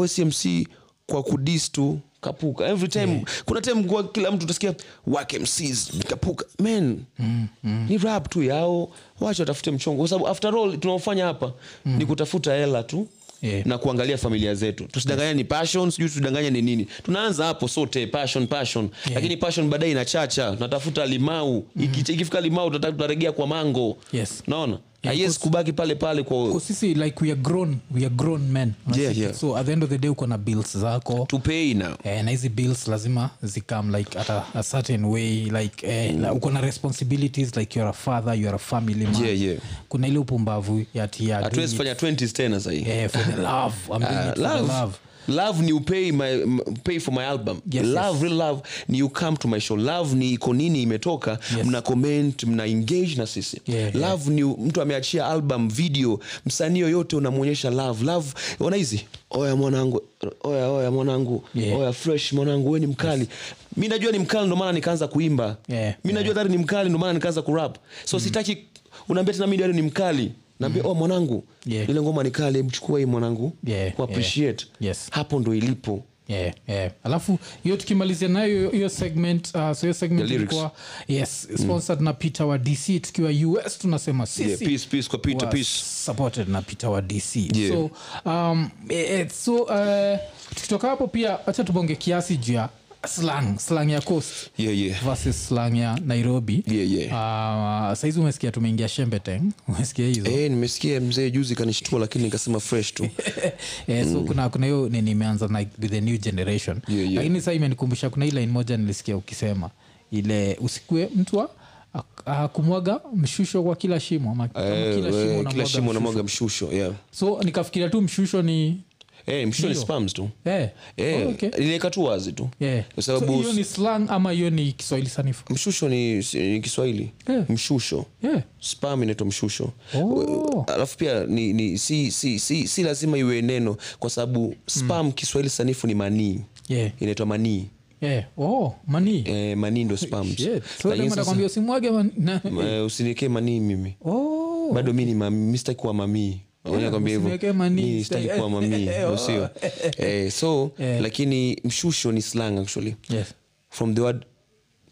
B: smc kwa kudis tu kapuka every time kuna time kwa kila mtu utasikia wake mcs kapuka men mm,
A: Mm-hmm.
B: mm. ni rap tu yao wacha watafute mchongo kwa sababu after all tunaofanya hapa mm. ni kutafuta hela tu
A: Mm-hmm. Yeah.
B: na kuangalia familia zetu tusidanganya ni passion sijui tusidanganya ni nini tunaanza hapo sote passion passion lakini passion baadaye inachacha tunatafuta limau Iki- ikifika limau tunataka tunaregea kwa mango
A: Mm-hmm. Yes.
B: naona haiwezi kubaki pale pale kwa
A: Kwa sisi like we are grown we are grown men Unacheki?
B: Yeah, yeah.
A: so at the end of the day uko na bills zako
B: tupei na
A: eh, na hizi bills lazima zikam like at a, a certain way like eh,
B: Mm.
A: na uko na responsibilities like youare a father youare a family man.
B: Yeah, yeah.
A: kuna ile upumbavu yati ya doing
B: hatuwezi
A: it,
B: fanya 20s tena sahii
A: eh, for the love I'm doing it for the love
B: love ni upay my, m- pay for my album
A: Yes,
B: love
A: yes.
B: real love ni you come to my show love ni iko nini imetoka
A: Yes.
B: mna comment mna engage na sisi
A: Yeah, yeah.
B: love ni mtu ameachia album video msanii yoyote unamwonyesha love love ona hizi oya mwanangu oya oya mwanangu
A: Yeah.
B: oya fresh mwanangu we ni mkali mi najua ni mkali ndo maana nikaanza kuimba
A: Yeah, Mm.
B: mi najua dhari ni mkali ndo maana nikaanza kurap so sitaki unaambia tena mi dhari ni mkali naambia oh mwanangu
A: Yeah.
B: ile ngoma ni kali hebu chukua hii mwanangu
A: Yeah,
B: kuappreciate
A: yeah. Yes.
B: hapo ndo ilipo
A: Yeah, yeah. alafu hiyo tukimalizia nayo hiyo segment uh, so hiyo segment
B: The lyrics. Mm.
A: ilikuwa yes sponsored na peter wa dc tukiwa us tunasema sisi
B: yeah, peace, peace, kwa Peter,
A: wa-
B: peace.
A: supported na peter wa dc
B: Yeah.
A: so, um, eh, eh, so uh, tukitoka hapo pia wacha tubonge kiasi juu ya slang slang ya coast
B: Yeah, yeah.
A: versus slang ya nairobi
B: Yeah,
A: Uh, saizi umesikia tumeingia shembeteng umesikia hizo
B: Eh, nimesikia mzee juzi kanishtua lakini nikasema fresh tu
A: yeah, Eh, so kuna kuna hiyo nini imeanza like with the new generation
B: Mm. Yeah, yeah.
A: lakini saa imenikumbusha kuna hii line moja nilisikia ukisema ile usikue mtu wa- ak- ah, kumwaga mshusho kwa kila shimo ama ama
B: Eh,
A: kila
B: eh,
A: shimo
B: kila
A: unamwaga
B: shimo
A: mshusho.
B: namwaga mshusho yeah.
A: so nikafikiria tu mshusho ni
B: Eh, mshusho ni
A: Ndio.
B: spams tu
A: eh,
B: Eh,
A: oh, okay.
B: niliweka tu wazi tu
A: yeah.
B: kwa
A: so
B: sababu
A: hiyo ni slang ama hiyo ni kiswahili sanifu
B: mshusho ni, si- ni kiswahili
A: Yeah.
B: mshusho
A: yeah.
B: spam inaitwa mshusho
A: Oh.
B: alafu pia ni, ni, si, si, si, si lazima iwe neno kwa sababu spam kiswahili sanifu ni manii
A: Hmm. Yeah.
B: inaitwa manii
A: Yeah. Oh, mani
B: eh, manii ndo spam
A: Oh, Shit. so
B: Lakini
A: dem
B: sasa-
A: atakwambia usimwage mani- na-
B: Eh, usiniwekee manii mimi
A: oh.
B: bado mi ni mami mi sitaki kuwa mamii Unaona kwamba hivyo?
A: usiniwekee manii,
B: Mi sitaki
A: sitaki-
B: kuwa mamii
A: Oh.
B: usio eh, so
A: Eh.
B: lakini mshusho ni slang actually
A: Yes.
B: from the word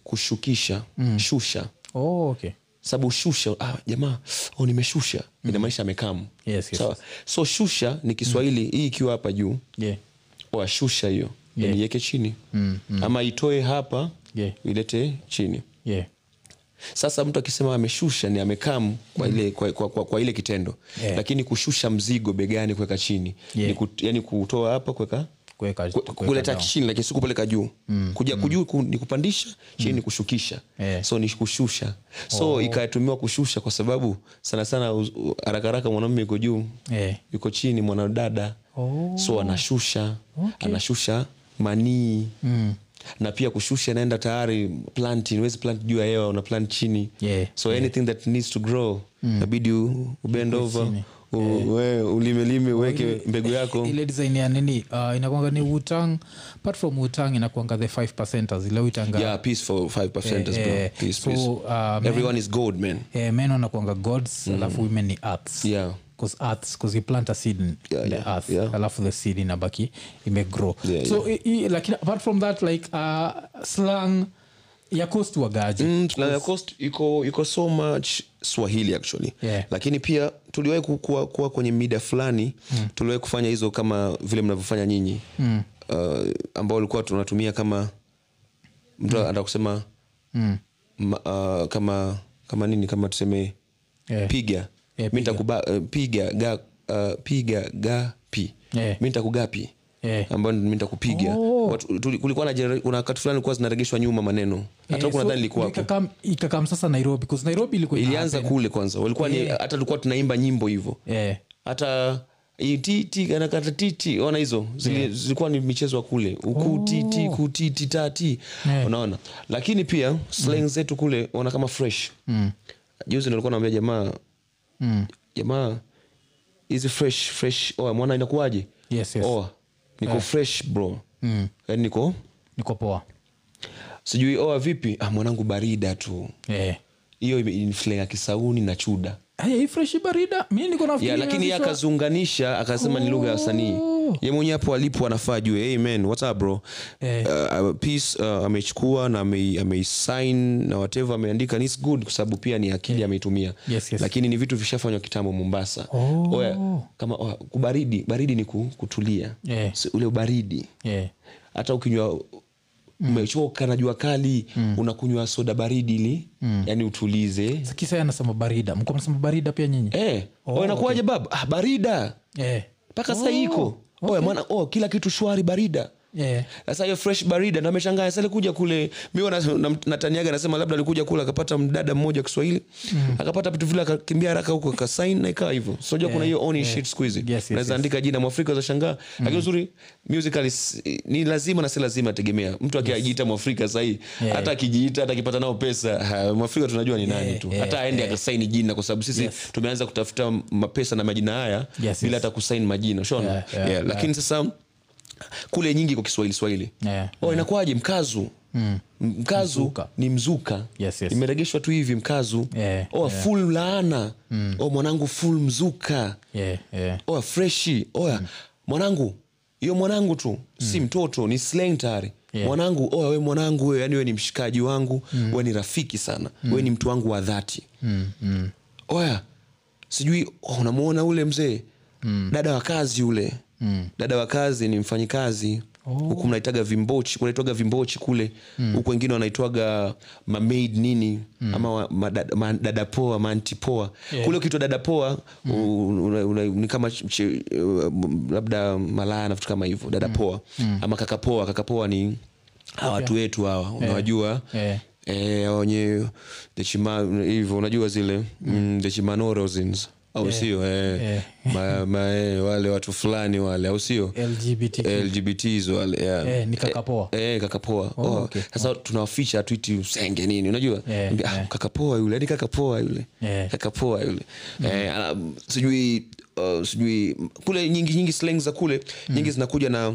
B: kushukisha
A: Mm.
B: shusha
A: Oh, okay.
B: sababu shusha ah, jamaa oh, nimeshusha inamaanisha amekamu
A: Mm. Yes, yes,
B: Sawa. so shusha ni kiswahili hii ikiwa hapa juu
A: Yeah.
B: washusha hiyo
A: Yeah. Mm,
B: niiweke chini ama itoe hapa
A: Yeah.
B: ilete chini
A: Yeah.
B: sasa mtu akisema ameshusha ni amekam kwa ile, kwa, kwa, kwa, kwa ile kitendo
A: Mm. Yeah.
B: lakini kushusha mzigo begani kuweka chini
A: Yeah.
B: ni kut, yani kutoa hapa kuweka
A: Kuweka-
B: ku-
A: kuweka
B: kuleta
A: down.
B: chini lakini si kupeleka juu mm. kuja kujuu ku, ni kupandisha chini ni kushukisha
A: Mm. Yeah. Oh.
B: so ni kushusha so ikatumiwa kushusha kwa sababu sana sana uz- u- haraka haraka mwanamume yuko juu
A: Yeah.
B: yuko chini mwanadada
A: Oh.
B: so anashusha anashusha manii mm. na pia kushusha inaenda tayari planting huwezi plant juu ya hewa una plant chini
A: Yeah. Mm.
B: so anything that needs to grow inabidi u- ubend over
A: chini.
B: U- wewe ulimelime uweke mbegu yako
A: ile design ya nini uh, inakwanga ni wutang apart from wutang inakwanga the 5 percenters ile uitanga
B: yeah peace for five percenters
A: Eh,
B: bro
A: eh,
B: peace
A: so,
B: peace
A: uh, men-
B: everyone is gold man
A: eh, men wanakwanga gods alafu women ni arts
B: Mm. yeah
A: Cause earth, cause you plant a seed in
B: Yeah,
A: the
B: yeah,
A: earth
B: yeah.
A: alafu the seed inabaki imegrow
B: Yeah,
A: so i- i- lakini apart from that like uh, slang ya cost wagaji
B: Mm, tuna- of course iko iko so much swahili actually
A: Yeah.
B: lakini pia tuliwahi ku- kuwa, kuwa kwenye mida fulani mm. tuliwahi kufanya hizo kama vile mnavyofanya nyinyi mm. uh, ambao ulikuwa tunatumia kama mtu mm. kusema mm. ma, uh, kama kama nini kama tuseme
A: Yeah.
B: piga
A: Yeah,
B: mi nitakuba uh, piga ga uh, piga gapi
A: Yeah.
B: mi nitakugapi
A: Yeah.
B: ambayo mi nitakupiga Watu- tuli- kulikuwa na genera- kuna wakati fulani kulikuwa zinaregeshwa nyuma maneno hata huku nadhani ilikuwa hapo.
A: ikakam, ikakam sasa nairobi because nairobi ilikuwa ina
B: ilianza
A: happen.
B: kule kwanza walikuwa ni hata tulikuwa tunaimba nyimbo hivyo
A: yeah.
B: hata hii titi kanakata titi ona hizo zili, zilikuwa ni michezo ya kule uku Eh. oh. Eh. titi kutiti tati
A: Yeah.
B: unaona lakini pia slang zetu kule ona kama fresh mm. juzi nilikuwa naambia jamaa mm. jamaa hizi fresh fresh oa mwana inakuwaje
A: Yes, yes.
B: oa niko fresh bro Eh. mm. yani niko
A: niko poa
B: sijui oa vipi ah, mwanangu barida tu
A: yeah.
B: hiyo ime- ni slang ya kisauni na chuda
A: Haya, Eh. hii fresh barida mi niko
B: ya
A: nafikiria
B: lakini ye
A: vichwa-
B: akazunganisha akasema ni lugha ya wasanii
A: Oh.
B: ye mwenyewe hapo alipo anafaa jue hey man what's up bro
A: Eh.
B: uh, uh, peace uh, amechukua na amei- ameisign na whatever ameandika ni it's good kwa sababu pia ni akili ameitumia
A: Yes, yes.
B: lakini ni vitu vishafanywa kitambo mombasa
A: Oh.
B: Oya, kama oya, kubaridi baridi ni ku- kutulia
A: Yeah.
B: Si ule ubaridi
A: yeah.
B: hata ukinywa
A: Mm.
B: umechoka na jua kali unakunywa soda baridi ili
A: Mm.
B: yani utulize
A: kisa anasema barida mko mnasema barida pia nyinyi
B: eh, oh, nakuaje baba ah, barida
A: yeah.
B: mpaka sasa iko Oya, mwana oh, kila kitu shwari barida
A: yeah.
B: sasa hiyo fresh barida ndo ameshangaa sasa alikuja kule miwa nataniaga nasema labda alikuja kule akapata mdada mmoja wa kiswahili
A: Mm.
B: akapata vitu vile akakimbia haraka huko akasain na ikawa hivyo sinajua kuna hiyo on shit siku hizi
A: yes, Mm.
B: naweza andika jina mwafrika uzashangaa lakini uzuri musical is- ni lazima na si lazima tegemea mtu akijiita mwafrika sahii hata akijiita hata akipata nao pesa ha, mwafrika tunajua ni nani tu hata aende akasaini jina kwa sababu sisi tumeanza kutafuta mapesa na majina haya
A: Yes,
B: bila
A: yes.
B: hata kusaini majina ushaona
A: Yeah, yeah,
B: Yeah, lakini sasa kule nyingi kwa kiswahili swahili
A: Yeah, Hmm.
B: oh, inakuwaje mkazu mm. mkazu
A: Mzuka.
B: ni mzuka
A: Yes, yes.
B: imeregeshwa tu hivi mkazu
A: Yeah, Hmm.
B: oh, full laana mm. oh, mwanangu full mzuka
A: yeah. Hmm. yeah.
B: oya freshi oya mwanangu hiyo mwanangu tu si mtoto ni slang tayari
A: Hmm. Yeah. Hmm.
B: mwanangu oya we mwanangu we yani we ni mshikaji wangu mm. we ni rafiki sana mm. we ni mtu wangu wa dhati mm. Mm. oya sijui oh, unamwona ule mzee mm. dada wa kazi ule mm. dada wa kazi ni mfanyikazi huku mnaitaga vimbochi kunaitwaga vimbochi kule huku wengine wanaitwaga mamaid nini ama wa- madada- madadapoa mantipoa kule ukiitwa dadapoa u- una- una- ni kama ch- ch- uh, labda malaya na vitu kama hivyo dadapoa ama kakapoa kakapoa ni hawa watu wetu hawa unawajua
A: Yeah.
B: Eh, hawa wenyewe dechima hivyo unajua zile mm, dechimanorozins au sio eh,
A: Yeah.
B: ma, ma, eh, wale watu fulani wale au sio
A: lgbt
B: Eh. lgbts wale yeah.
A: Eh, ni kakapoa.
B: Eh, eh, kakapoa oh,
A: okay.
B: sasa tunawaficha hatuiti usenge nini unajua
A: Eh,
B: Ambia, ah,
A: eh.
B: kakapoa yule yani kakapoa yule
A: Eh.
B: kakapoa yule
A: Mm.
B: eh, ala, sijui uh, sijui kule nyingi nyingi slang za kule
A: Mm.
B: nyingi zinakuja na,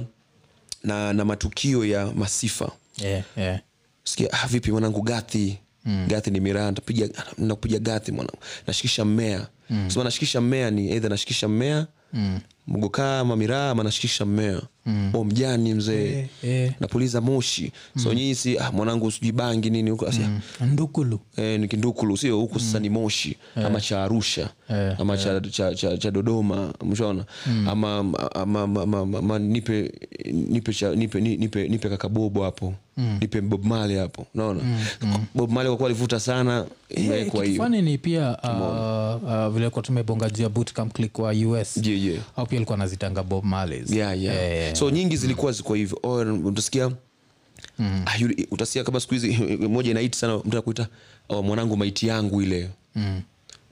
B: na na matukio ya masifa
A: yeah. yeah.
B: sikia ah, vipi mwanangu gathi mm. gathi ni miraa ntapiga nakupiga gathi mwanangu nashikisha mmea mm. sema nashikisha mmea ni eidha nashikisha mmea mm. mgokaa ama miraa ama nashikisha mmea mm. o mjani mzee
A: Eh, eh.
B: napuliza moshi so nyinyi si ah, mwanangu sijui bangi nini huko Asi, ah,
A: ndukulu
B: eh, ni kindukulu sio huku sasa ni moshi ama cha arusha
A: Mm. Eh, Mm.
B: ama cha, cha, cha, cha dodoma mshaona ama, ama, ama, ama, ama, ama nipe nipe, cha, nipe, ni- nipe, nipe kakabobo hapo
A: Mm.
B: nipe bob mali hapo unaona bob mali kwa kuwa alivuta sana
A: Eh,
B: imewekwa
A: kitu
B: hiyo
A: fani ni pia uh, uh, vile kwa tumebonga juu ya bootcamp click wa us
B: Yeah, yeah.
A: au pia alikuwa anazitanga bob Marley's.
B: yeah, yeah.
A: Eh, eh.
B: so nyingi zilikuwa ziko hivyo Oh, utasikia
A: Mm.
B: Ah, yule- utasikia kama siku hizi moja inaiti sana mtu akuita oh, mwanangu maiti yangu ile
A: Mm.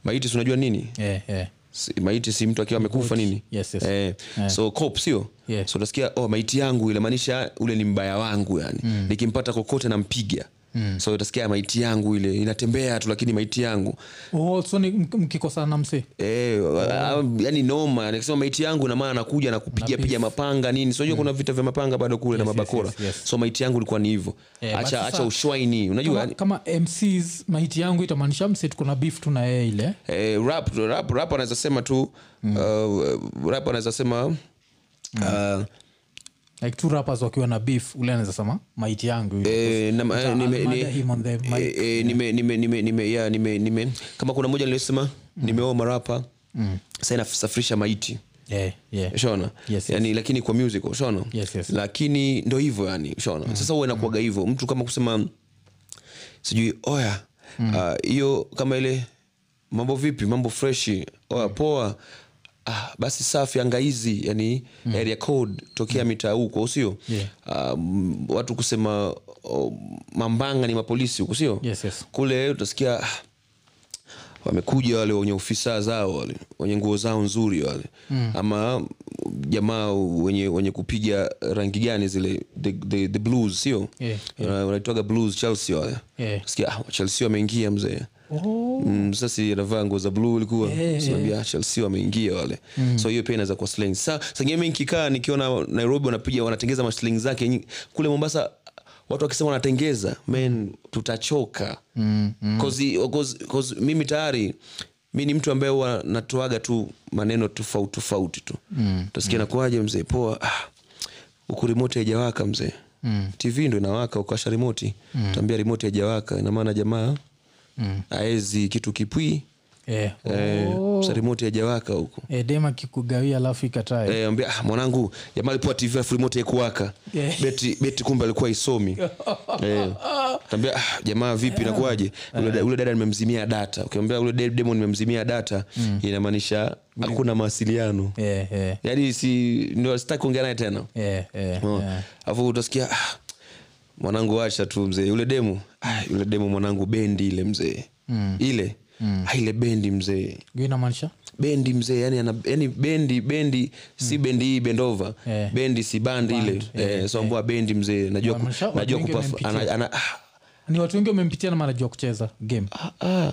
B: maiti si unajua nini
A: Eh, eh.
B: Si- maiti si mtu akiwa amekufa nini
A: Yes, yes.
B: Eh, so cop sio
A: Yeah. Mm.
B: so utasikia oh, maiti yangu ile maanisha ule ni mbaya wangu yani nikimpata kokote nampiga mm. so utasikia maiti yangu ile inatembea tu lakini maiti yangu
A: oh, so ni mk- mkikosana na msee
B: Eh,
A: Oh.
B: ah, yani noma nikisema maiti yangu na maana anakuja na kupiga piga mapanga nini sinajua kuna vita vya mapanga bado kule na
A: Mm. yes,
B: mabakora
A: yes, yes.
B: so maiti yangu ilikuwa ni hivyo
A: Eh, but
B: acha,
A: sasa-
B: acha ushwaini unajua
A: kama,
B: yani,
A: kama mcs maiti yangu itamaanisha msee tuko na beef tu na yeye ile
B: eh, rap, rap, rap anaweza sema tu mm. uh, rap anaweza sema
A: Mm.
B: uh,
A: like two rappers wakiwa na beef ule anaweza sema maiti yangu ile."
B: Eh, na-
A: Because
B: eh,
A: I'll
B: nime-
A: murder
B: ni-
A: him on the mic. Mm.
B: eh, eh, nime- nime- nime- nime- yeah, nime- nime- kama kuna moja niliosema nimeoa marapa sa inasafirisha maiti
A: Yeah, yeah.
B: shona
A: Yes,
B: yani lakini kwa musical shona
A: Yes, yes. Mm.
B: lakini ndo hivyo yani shona sasa huwa inakuaga hivyo mtu kama kusema sijui oya
A: Mm.
B: ah, hiyo kama ile mambo vipi mambo freshi
A: Mm.
B: oya poa Ah, basi safi angaizi yani area code tokea mitaa huko sio
A: Mm. Yeah.
B: um, watu kusema oh, mambanga ni mapolisi huko sio
A: Yes, yes.
B: kule utasikia ah, wamekuja wale wenye ofisa zao wale wenye nguo zao nzuri wale mm. ama jamaa wenye wenye kupiga rangi gani zile the, the, the blues sio
A: Yeah,
B: Wana- wanaitwaga blues chelsea wale
A: Yeah.
B: sikia ah, chelsea wameingia mzee Mm, sasa si anavaa nguo za bluu ilikuwa
A: Yeah,
B: sinaambia yeah. Mm. chelsea wameingia wale so hiyo pia inaweza kuwa slang sa sangine mi nkikaa nikiona nairobi wanapiga wanatengeza masling zake nyingi. kule mombasa watu wakisema wanatengeza men tutachoka mm, mm. Cause, cause, cause mimi tayari mi ni mtu ambaye huwa natoaga tu maneno tofauti tofauti tu mm, tasikia nakuaje mzee poa ah, huku rimoti haijawaka mzee mm. tv ndo inawaka ukasha rimoti mm. tambia rimoti haijawaka inamaana jamaa mm. aezi kitu kipwi
A: Eh,
B: oh. sa rimoti haijawaka huku
A: eh, dema kikugawia alafu ikatae
B: Eh, ambia "Ah, mwanangu jamaa alipoa tv alafu remote haikuwaka
A: Yeah.
B: beti, beti kumbe alikuwa isomi eh, tambia ah, jamaa vipi nakuaje ule, da- ule dada nimemzimia data ukiambia ule de- demo nimemzimia data inamaanisha hakuna mawasiliano
A: Eh, eh,
B: yaani si ndio sitaki kuongea naye tena
A: eh, eh,
B: Unaona?
A: eh.
B: alafu utasikia "Ah, mwanangu acha tu mzee yule demu "Ah, yule demu mwanangu bendi ile mzee
A: Mm.
B: ile "Ah, ile bendi mzee
A: hiyo inamaanisha
B: bendi mzee yani, ana, yani bendi bendi si bendi hii bendova
A: Mm. Eh.
B: bendi si band ile eh, so ambua bendi mzee najua ku,
A: Wamesha- watu
B: najua
A: wengi
B: kupafu,
A: wamempitia.
B: ana, ana, ah,
A: ni watu wengi wamempitia na manajua kucheza game
B: ah, ah,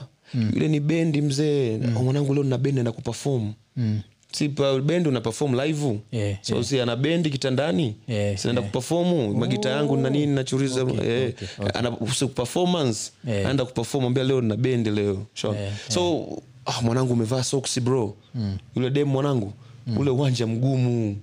B: yule ni bendi mzee mm. mwanangu leo na bendi enda kupafomu mm si pa- bendi una pafom live
A: Eh,
B: so si ana bendi kitandani
A: Eh,
B: sinaenda kupafomu magita yangu na nini nachuriza eh, ana si performance
A: Eh.
B: anaenda kupafomu ambia leo na bendi leo Shona. so ah, mwanangu umevaa soksi bro yule dem mwanangu ule uwanja mgumu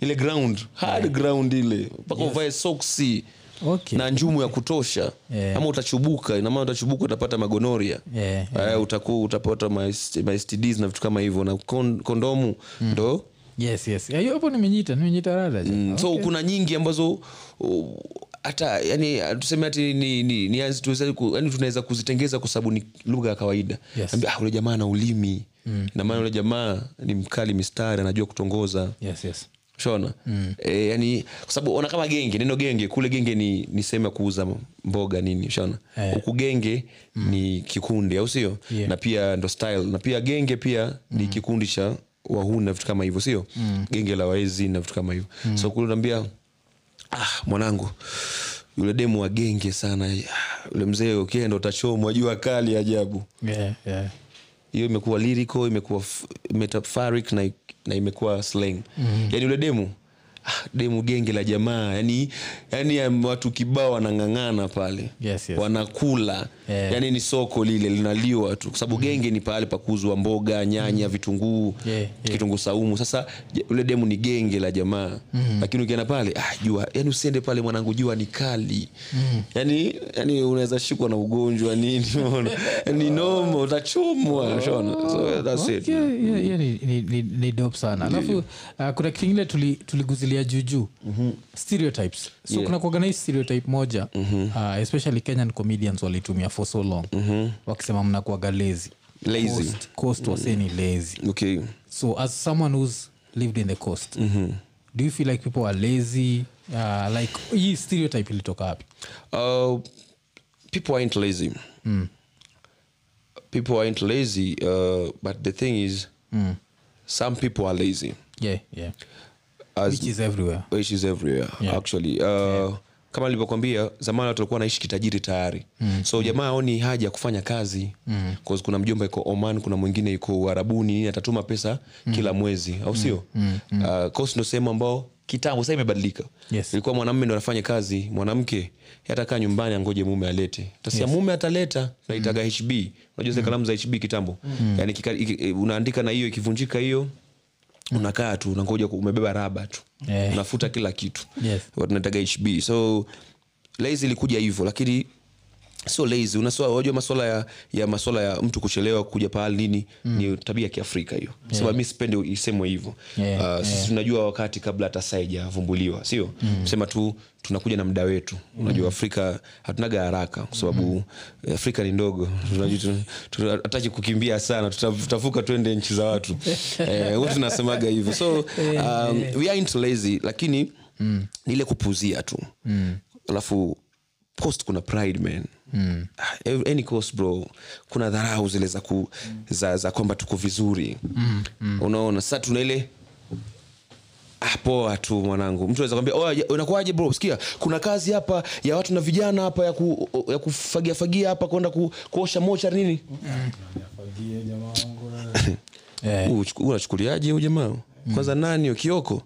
B: ile ground hard ground ile mpaka uvae soksi
A: Okay.
B: na njumu ya kutosha
A: Yeah.
B: ama utachubuka inamaana utachubuka utapata magonoria Eh,
A: Yeah,
B: utaku utapata ma ma STDs na vitu kama hivyo na kon- kondomu
A: Mm.
B: ndo
A: yes yes Eh, hiyo hapo nimenyita nimenyita rada ja.
B: Mm, so kuna nyingi ambazo uh, hata yani uh, tuseme hati ni, ni, ni, anzi tuweze ku- yani tunaweza kuzitengeza kwa sababu ni lugha ya kawaida
A: Yes.
B: Ambia, ah, ule jamaa ana ulimi mm. namaana ule jamaa ni mkali mistari anajua kutongoza
A: yes yes
B: shona mm. e, yani kwa sababu ona kama genge neno genge kule genge ni, ni sehemu ya kuuza mboga nini shona
A: Eh.
B: huku genge mm. ni kikundi au sio
A: Yeah.
B: na pia ndo style na pia genge pia mm. ni kikundi cha wahuni na vitu kama hivyo sio mm. genge la waezi na vitu kama hivyo mm. so kule unaambia ah, mwanangu yule demu wa genge sana Ah, yule mzee ukienda utachomwa jua kali ajabu
A: yeah, yeah.
B: hiyo imekuwa lirico imekuwa f- metaphoric na, na imekuwa slang
A: Mhm.
B: mm. yani ule demu ah, demu genge la jamaa yani, yani ya watu kibao wanang'ang'ana pale
A: Yes, yes.
B: wanakula
A: Yeah. Mhm.
B: yani ni soko lile linaliwa tu kwa sababu genge ni pahali pa kuuzwa mboga nyanya vitunguu
A: Mm. Yeah, yeah.
B: kitunguu saumu sasa je- ule demu ni genge la jamaa lakini ukienda pale ah, jua yani usiende pale mwanangu jua ni kali yani, yani unaweza shikwa na ugonjwa nini unaona? ni noma utachomwa shona so that's it
A: Yeah, yeah, yeah, ni, ni, ni, ni dope sana alafu uh, kuna kitu ingine tuli- tuliguzilia tuli juujuu mm-hmm. stereotypes so yeah. kuna kuoganize stereotype moja mm-hmm. uh, especially kenyan comedians walitumia for so long mm-hmm. wakisema mnakuaga lazy
B: Lazy.
A: coast, coast waseni lazy
B: okay
A: so as someone who's lived in the coast mm-hmm. do you feel like people are lazy uh, like hii stereotype ilitoka wapi
B: Uh, people aren't lazy. People aren't lazy, uh, but the thing is, some people are lazy,
A: yeah, yeah.
B: as
A: which is everywhere
B: which is everywhere Oh, actually. Uh, kama nilivyokwambia zamani watu walikuwa wanaishi kitajiri tayari mm. so jamaa aoni haja ya kufanya kazi mm. kuna mjomba iko oman kuna mwingine iko uharabuni nini atatuma pesa mm. kila mwezi au sio mm. mm. uh, course ndo sehemu ambao kitambo sasa imebadilika
A: Yes.
B: ilikuwa mwanamme ndo anafanya kazi mwanamke hata kaa nyumbani angoje mume alete tasia yes. mume ataleta naitaga mm. hb unajua zile kalamu za hb kitambo mm. yani kika, iki, unaandika na hiyo ikivunjika hiyo unakaa tu unangoja ku- umebeba raba tu
A: Eh.
B: unafuta kila kitu
A: Yes.
B: tunataga hb so lazy ilikuja hivyo lakini sio lazy unaswa- unajua maswala ya, ya maswala ya mtu kuchelewa kuja pahali nini
A: Mm.
B: ni tabia ya kiafrika hiyo yeah. sema mi sipendi isemwe hivyo
A: Yeah,
B: uh, sisi tunajua wakati kabla hata saa haijavumbuliwa sio mm. sema tu tunakuja na mda wetu unajua afrika hatunaga haraka kwa sababu eh, afrika ni ndogo Tunajua tu- tu- hatutaki kukimbia sana tuta- tutavuka twende nchi za watu Eh, huwa tunasemaga hivyo so um, we are into lazy lakini mm. ni ile kupuzia tu mm. alafu coast kuna pride man mm. any coast bro kuna dharau zile za, ku, za, za kwamba tuko vizuri mm. Mm. unaona sasa tuna ile Ah, poa tu mwanangu mtu anaweza kwambia "Oya, unakuaje bro sikia kuna kazi hapa ya watu na vijana hapa ya, ku, ya kufagia fagia hapa kwenda ku, kuosha mocha nini
C: Fagie jamaa wangu.
A: Eh,
B: Huu Uh, uchuku- huu unachukuliaje huu jamaa kwanza nani huyo, kioko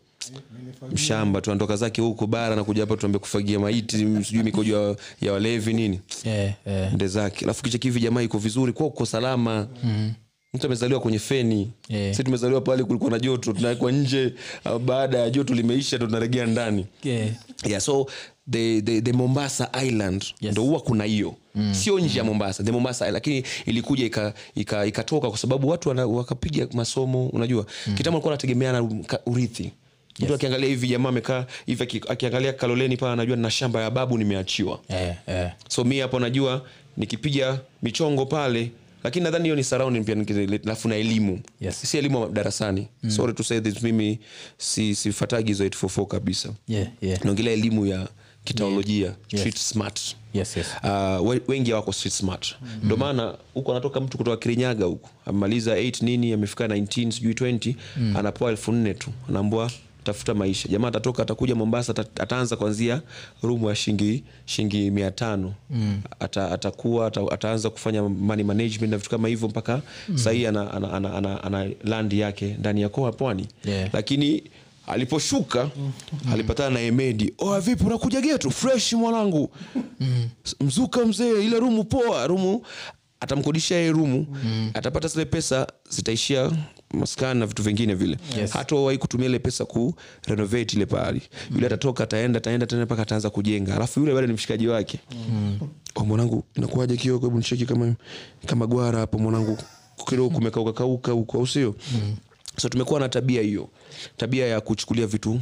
B: mshamba tu anatoka zake huko bara na kuja hapa tuambia kufagia maiti sijui mikojo ya, ya walevi nini
A: eh, eh,
B: nde zake alafu kicheki hivi jamaa iko vizuri kwa uko salama mm. mtu amezaliwa kwenye feni
A: Yeah.
B: si tumezaliwa pale kulikuwa na joto tunawekwa nje ah, baada ya joto limeisha ndo tunaregea ndani
A: eh.
B: yeah, so the, the, the mombasa island
A: Yes.
B: ndo huwa kuna hiyo mm. sio nje ya mombasa the mombasa Island. lakini ilikuja ikatoka ika, ikatoka kwa sababu watu wana- wakapiga masomo unajua mm. kitambo alikuwa anategemeana ka- urithi mtu akiangalia hivi jamaa amekaa hivi aki- akiangalia kaloleni paa anajua nina shamba ya babu nimeachiwa
A: Eh, eh.
B: so mi hapo najua nikipiga michongo pale lakini nadhani hiyo ni surrounding pia nikile- alafu na elimu
A: Yes. Mm.
B: si elimu ya darasani sorry to say this mimi si, sifatagi hizo 844 kabisa
A: Yeah, yeah.
B: naongelea elimu ya kiteolojia street smart
A: Yes, yes.
B: Uh, we- wengi hawako street smart ndo maana huko anatoka mtu kutoka kirinyaga huku amemaliza 8 nini amefika 19 sijui 20 anapoa elfu nne tu anaambua tafuta maisha jamaa atatoka atakuja mombasa ata- ataanza kwanzia rumu ya shingi shingi mia tano ata, atakuwa ata, ataanza kufanya money management na vitu kama hivyo mpaka mm. sahii ana, ana, ana, ana, ana land yake ndani ya koa pwani
A: Yeah.
B: lakini aliposhuka alipatana na emedi oa vipi unakuja getu fresh mwanangu
A: Mm.
B: S- mzuka mzee ile rumu poa rumu atamkodisha yeye rumu
A: Mm.
B: atapata zile pesa zitaishia maskani na vitu vingine vile
A: Yes.
B: hatawahi kutumia ile pesa ku renovate ile pahali
A: Mm.
B: yule atatoka ataenda ataenda tena mpaka ataanza kujenga alafu yule bado ni mshikaji wake
A: Mm.
B: "Oh, mwanangu inakuaje kioko hebu nishiki kama kama gwara hapo mwanangu kidogo kumekauka kauka huko au sio
A: Mm.
B: so tumekuwa na tabia hiyo tabia ya kuchukulia vitu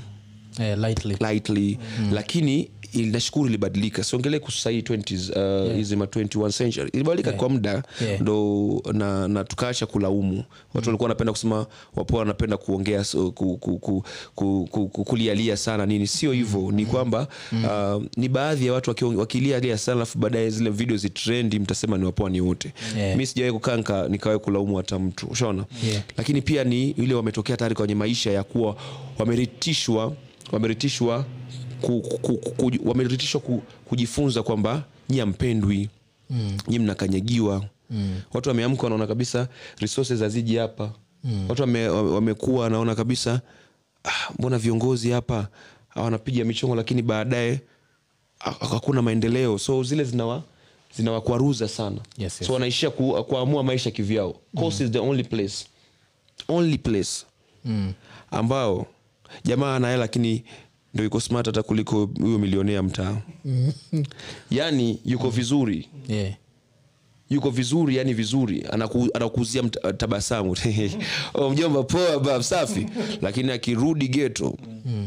A: Eh, lightly.
B: lightly
A: Mm-hmm.
B: lakini il- nashukuru ilibadilika siongelee kusahii 20s uh, hizi ma 21 century ilibadilika kwa muda
A: Yeah. Mm.
B: ndo na, na tukaacha kulaumu watu walikuwa wanapenda kusema wapoa wanapenda kuongea so, ku, ku, ku, ku, ku, ku, kulialia sana nini sio hivyo
A: Mm-hmm.
B: ni kwamba uh, ni baadhi ya watu wakiong- wakilialia sana alafu baadaye zile video zitrendi mtasema ni wapoa ni wote
A: Yeah.
B: mi sijawai kukaa nika- nikawai kulaumu hata mtu ushaona
A: Yeah.
B: lakini pia ni ile wametokea tayari kwenye maisha ya kuwa wameritishwa wameritishwa ku, ku, ku, ku, wameritishwa ku, kujifunza kwamba nyi ampendwi mm. nyi mnakanyagiwa mm. watu wameamka wanaona kabisa resources haziji hapa mm. watu wame- wame- wamekuwa wanaona kabisa "Ah, mbona viongozi hapa ah, wanapiga michongo lakini baadaye ha- hakuna maendeleo so zile zinawa zinawakwaruza sana
A: Yes, yes.
B: so wanaishia ku, kuamua maisha kivyao coast is the only place only place mm. ambao jamaa ana hela lakini ndo iko smart hata kuliko huyo milionea mtaa yani yuko vizuri
A: Yeah.
B: yuko vizuri yani vizuri Anaku- anakuzia mta- tabasamu oh, mjomba poa bab safi lakini akirudi geto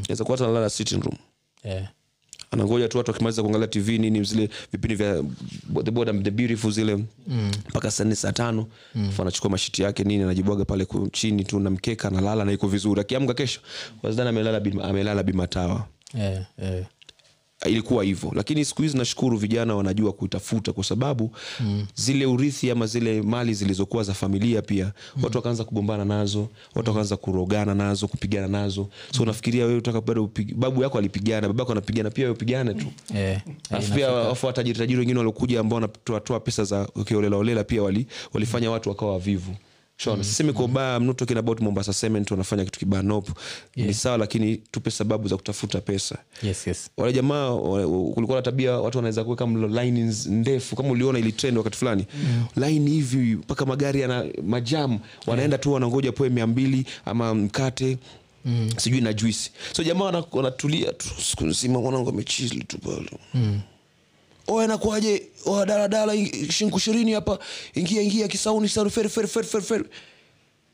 B: naweza kuwa hata analala sitting room
A: Eh,
B: anangoja tu watu wakimaliza kuangalia tv nini zile vipindi vya the board the beautiful zile mpaka saa nne saa tano alafu anachukua mashiti yake nini anajibwaga pale ku- chini tu na mkeka analala na iko vizuri akiamka kesho wazidani amelala bima- amelala bimatawa
A: eh, eh.
B: ilikuwa hivyo lakini siku hizi nashukuru vijana wanajua kuitafuta kwa sababu mm. zile urithi ama zile mali zilizokuwa za familia pia mm. watu wakaanza kugombana nazo watu wakaanza kurogana nazo kupigana nazo so unafikiria wewe utaka bado upig- babu yako alipigana babako anapigana pia wewe upigane tu
A: Eh, eh,
B: alafu pia wafu watajiri tajiri wengine waliokuja ambao wanatoatoa pesa za ukiolelaolela pia wali, walifanya watu wakawa wavivu shona sisemi kwa ubaya mnu talking about mombasa cement wanafanya kitu kibaya nope ni sawa lakini tupe sababu za kutafuta pesa
A: yes, yes.
B: wale jamaa wa- wa- kulikuwa na tabia watu wanaweza kuweka mlo lines ndefu kama uliona ili trend wakati fulani mm. line hivi mpaka magari yana majamu wanaenda tu wanangoja poe mia mbili ama mkate Mm. sijui na juisi so jamaa wana- wanatulia tu siku nzima mwanangu amechili tu pale mm. oe nakuaje oa daladala ing- shinku ishirini hapa ingia ingia kisauni sauni feri feri feri feri feri